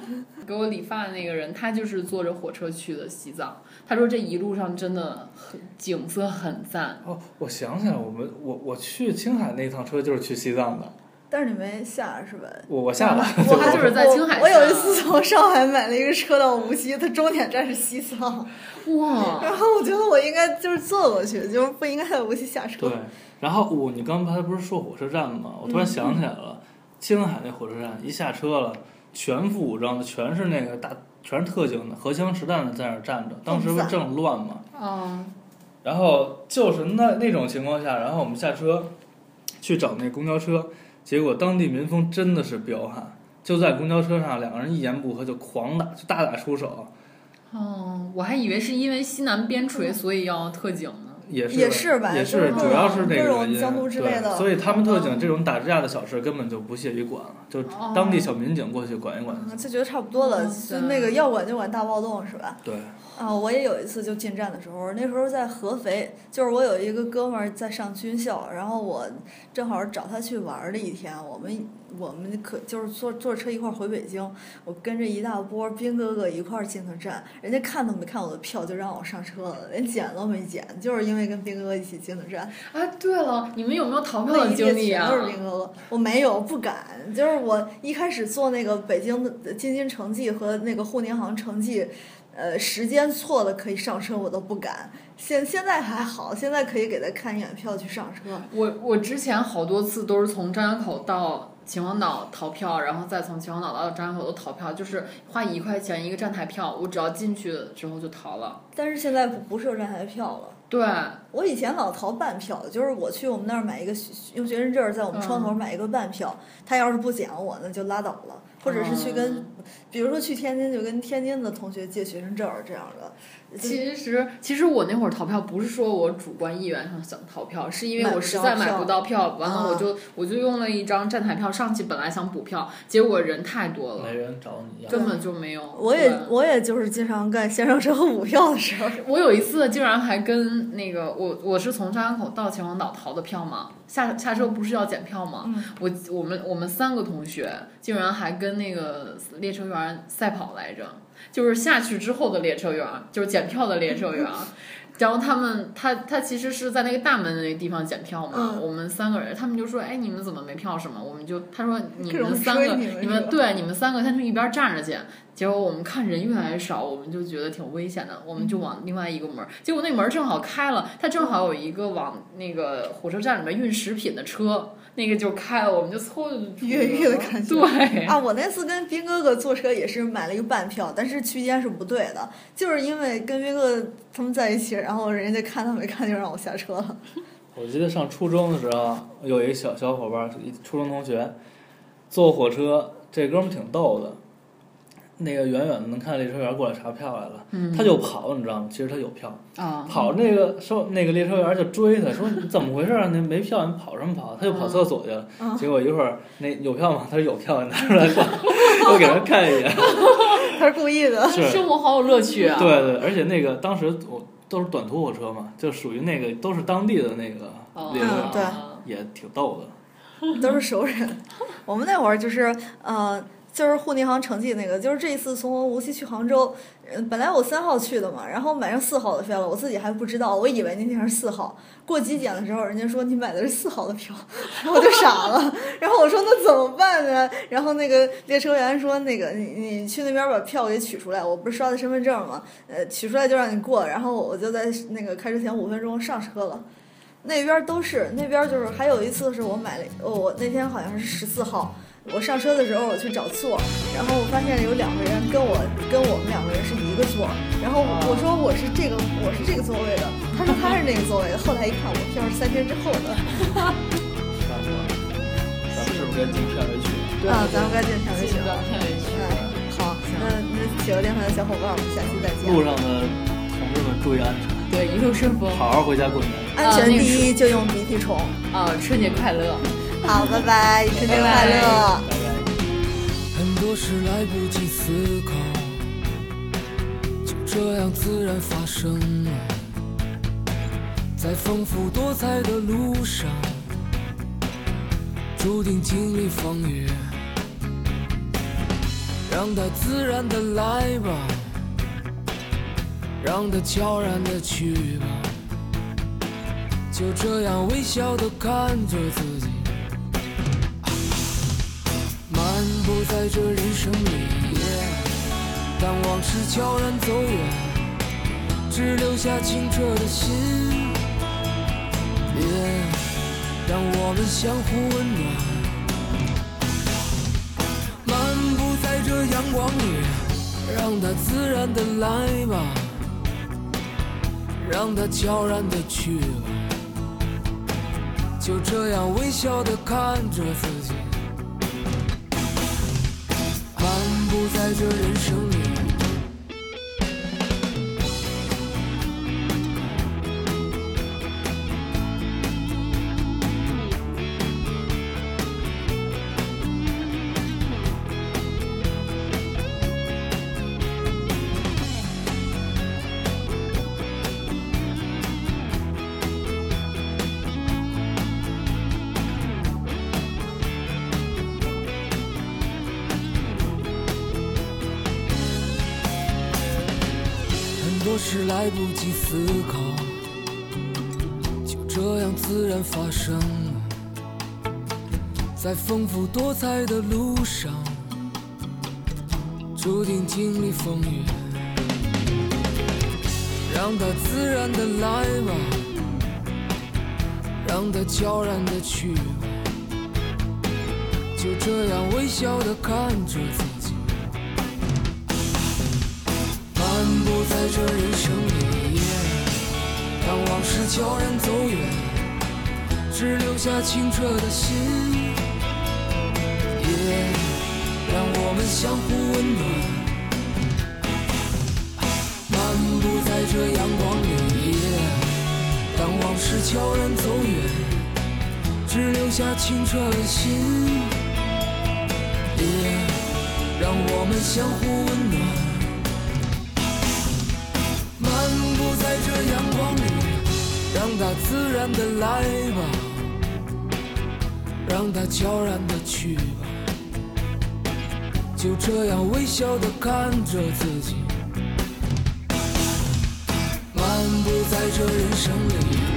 [SPEAKER 3] 给我理发的那个人，他就是坐着火车去的西藏。他说这一路上真的很景色很赞，
[SPEAKER 1] 哦，我想起来，我们我我去青海那趟车就是去西藏的，
[SPEAKER 2] 但是你没下 是吧？
[SPEAKER 1] 我我下了，
[SPEAKER 2] 啊
[SPEAKER 3] 我还就是在青海
[SPEAKER 2] 我。我有一
[SPEAKER 3] 下
[SPEAKER 2] 次从上海买了一个车到无锡，它终点站是西
[SPEAKER 3] 哦
[SPEAKER 2] 藏，
[SPEAKER 3] 哇！
[SPEAKER 2] 然后我觉得我应该就是坐过去，就是不应该在无锡下车
[SPEAKER 1] 对。，然后我你刚才不是说火车站吗？我突然想起来
[SPEAKER 2] 嗯
[SPEAKER 1] 了，青海那火车站一下车了，全副武装的，全是那个大，全是特警的，荷枪实弹的在那儿站着。当时不是正乱吗？
[SPEAKER 2] 哦
[SPEAKER 3] 啊，
[SPEAKER 1] 然后就是那那种情况下，然后我们下车去找那公交车，结果当地民风真的是彪悍，就在公交车上，两个人一言不合就狂打，就大打出手，
[SPEAKER 3] 哦，我还以为是因为西南边陲，所以要特警呢。
[SPEAKER 1] 也是
[SPEAKER 2] 也
[SPEAKER 1] 也
[SPEAKER 2] 是吧
[SPEAKER 1] 是
[SPEAKER 2] 就是
[SPEAKER 1] 主要是这
[SPEAKER 2] 各
[SPEAKER 1] 个
[SPEAKER 2] 种
[SPEAKER 1] 原因，
[SPEAKER 2] 江都之类的
[SPEAKER 1] 对
[SPEAKER 2] 嗯
[SPEAKER 1] 所以他们特警这种打架的小事根本就不屑于管了，就
[SPEAKER 2] 哦
[SPEAKER 1] 当地小民警过去管一管。
[SPEAKER 2] 啊，就觉得差不多了，
[SPEAKER 3] 嗯
[SPEAKER 2] 就那个要管就管大暴动是吧？
[SPEAKER 1] 对，
[SPEAKER 2] 啊，我也有一次就进站的时候，那时候在合肥，就是我有一个哥们儿在上军校，然后我正好找他去玩儿了一天，我们我们可就是坐坐车一块儿回北京，我跟着一大波兵哥哥一块儿进的站，人家看都没看我的票就让我上车了，连捡都没捡，就是因为跟兵哥哥一起进的站，
[SPEAKER 3] 啊，对了，你们有没有逃票
[SPEAKER 2] 那
[SPEAKER 3] 的
[SPEAKER 2] 一列
[SPEAKER 3] 经历
[SPEAKER 2] 全
[SPEAKER 3] 啊
[SPEAKER 2] 都？是兵哥哥，我没有不敢，就是我一开始坐那个北京的京津城际和那个沪宁杭城际，呃，时间错了可以上车，我都不敢。现现在还好，现在可以给他看一眼票去上车。
[SPEAKER 3] 我我之前好多次都是从张家口到秦皇岛逃票，然后再从秦皇岛到张家口都逃票，就是花一块钱一个站台票，我只要进去之后就逃了。
[SPEAKER 2] 但是现在不不设站台票了。
[SPEAKER 3] 对，
[SPEAKER 2] 我以前老逃半票，就是我去我们那儿买一个学用学生证，在我们窗口买一个半票，他要是不捡我呢就拉倒了，或者是去跟，
[SPEAKER 3] 嗯
[SPEAKER 2] 比如说去天津就跟天津的同学借学生证这样的。
[SPEAKER 3] 其实其实我那会儿逃票不是说我主观意愿上想逃票，是因为
[SPEAKER 2] 买
[SPEAKER 3] 我
[SPEAKER 2] 不
[SPEAKER 3] 实
[SPEAKER 2] 着
[SPEAKER 3] 在买
[SPEAKER 2] 票
[SPEAKER 3] 不到票，完了
[SPEAKER 2] 啊
[SPEAKER 3] 我就、我就用了一张站台票上去，本来想补票，结果人太多了
[SPEAKER 1] 没，人找你要。
[SPEAKER 3] 根本就没有。
[SPEAKER 2] 我也
[SPEAKER 3] 对
[SPEAKER 2] 我也就是经常干先上车后补票的时候，
[SPEAKER 3] 我有一次竟然还跟那个我我是从张家口到秦皇岛逃的票嘛，下下车不是要检票嘛，
[SPEAKER 2] 嗯
[SPEAKER 3] 我我们我们三个同学竟然还跟那个列车员赛跑来着，就是下去之后的列车员，就是检票的列 车员。然后他们，他他其实是在那个大门的那个地方检票嘛。
[SPEAKER 2] 嗯
[SPEAKER 3] 我们三个人，他们就说：“哎，你们怎么没票什么？”我们就他说：“你
[SPEAKER 2] 各种
[SPEAKER 3] 们三
[SPEAKER 2] 追
[SPEAKER 3] 个，
[SPEAKER 2] 你 们
[SPEAKER 3] 你
[SPEAKER 2] 是
[SPEAKER 3] 们
[SPEAKER 2] 吧
[SPEAKER 3] 对你们三个先去一边站着去。”结果我们看人越来越少，我们就觉得挺危险的，我们就往另外一个门儿，结果那门儿正好开了，它正好有一个往那个火车站里面运食品的车，那个就开了，我们就凑进去
[SPEAKER 2] 越狱的感觉
[SPEAKER 3] 对，
[SPEAKER 1] 嗯
[SPEAKER 2] 啊，我那次跟斌哥哥坐车也是买了一个半票，但是区间是不对的，就是因为跟斌哥哥他们在一起，然后人家看他没看就让我下车了。
[SPEAKER 1] 我记得上初中的时候，有一个小小伙伴儿，一初中同学，坐火车，这哥们儿挺逗的。那个远远的能看列车员过来查票来了，
[SPEAKER 3] 嗯
[SPEAKER 1] 他就跑，你知道吗？其实他有票，
[SPEAKER 3] 啊，
[SPEAKER 1] 跑那个收那个列车员就追他，说你怎么回事啊？你没票，你跑什么跑？他就跑厕所去了。
[SPEAKER 2] 嗯
[SPEAKER 1] 结果一会儿那有票吗？他说有票，你拿出来看，又给他看一眼。
[SPEAKER 2] 他是故意的，
[SPEAKER 1] 是
[SPEAKER 3] 啊生活好有乐趣啊，
[SPEAKER 1] 对对，而且那个当时我都是短途火车嘛，就属于那个都是当地的那个
[SPEAKER 3] 哦，
[SPEAKER 1] 列车员，
[SPEAKER 2] 嗯对
[SPEAKER 1] 也挺逗的。
[SPEAKER 2] 都是熟人。 我们那会儿就是，呃，就是沪宁杭城际那个，就是这一次从无锡去杭州，嗯，本来我三号去的嘛，然后买上四号的票了，我自己还不知道，我以为那天是四号。过机检的时候，人家说你买的是四号的票，然后我就傻了。然后我说那怎么办呢？然后那个列车员说那个你你去那边把票给取出来，我不是刷的身份证吗？呃，取出来就让你过。然后我就在那个开车前五分钟上车了。那边都是，那边就是还有一次是我买了，哦，我那天好像是十四号，我上车的时候我去找座，然后我发现有两个人跟我跟我们两个人是一个座，然后我说我是这个我是这个座位的，他说他是那个座位的，后来一看我票是三天之后的，
[SPEAKER 1] 上车，咱们是不是该进片尾曲？
[SPEAKER 3] 对
[SPEAKER 2] 啊，咱们该进常
[SPEAKER 3] 对对
[SPEAKER 2] 为选
[SPEAKER 3] 进到
[SPEAKER 2] 了，
[SPEAKER 3] 片尾曲
[SPEAKER 2] 嗯，好，那那企鹅电台的小伙伴，我们下期再见。
[SPEAKER 1] 路上的同志们注意安全。
[SPEAKER 3] 对，一路顺风。
[SPEAKER 1] 好好回家过年，
[SPEAKER 2] 安全第一，就用鼻涕虫。
[SPEAKER 3] 啊，春节快乐！
[SPEAKER 2] 好，拜拜，春节快乐。
[SPEAKER 3] 拜拜
[SPEAKER 1] 拜拜。
[SPEAKER 4] 很多事来不及思考，就这样自然发生了。在丰富多彩的路上，注定经历风雨，让它自然的来吧，让它悄然的去吧，就这样微笑的看着自己。漫步在这人生里，当往事悄然走远，只留下清澈的心。别让我们相互温暖。漫步在这阳光里，让它自然的来吧，让它悄然的去吧，就这样微笑的看着自己。漫步在这人生里。很多事来不及思考，就这样自然发生了。在丰富多彩的路上，注定经历风雨，让它自然的来吧，让它悄然的去吧，就这样微笑的看着自己。漫步在这人生里，当往事悄然走远，只留下清澈的心。也让我们相互温暖。漫步在这阳光里，当往事悄然走远，只留下清澈的心。也让我们相互温暖。漫步在这阳光里，让它自然的来吧，让它悄然的去吧，就这样微笑的看着自己。漫步在这人生里，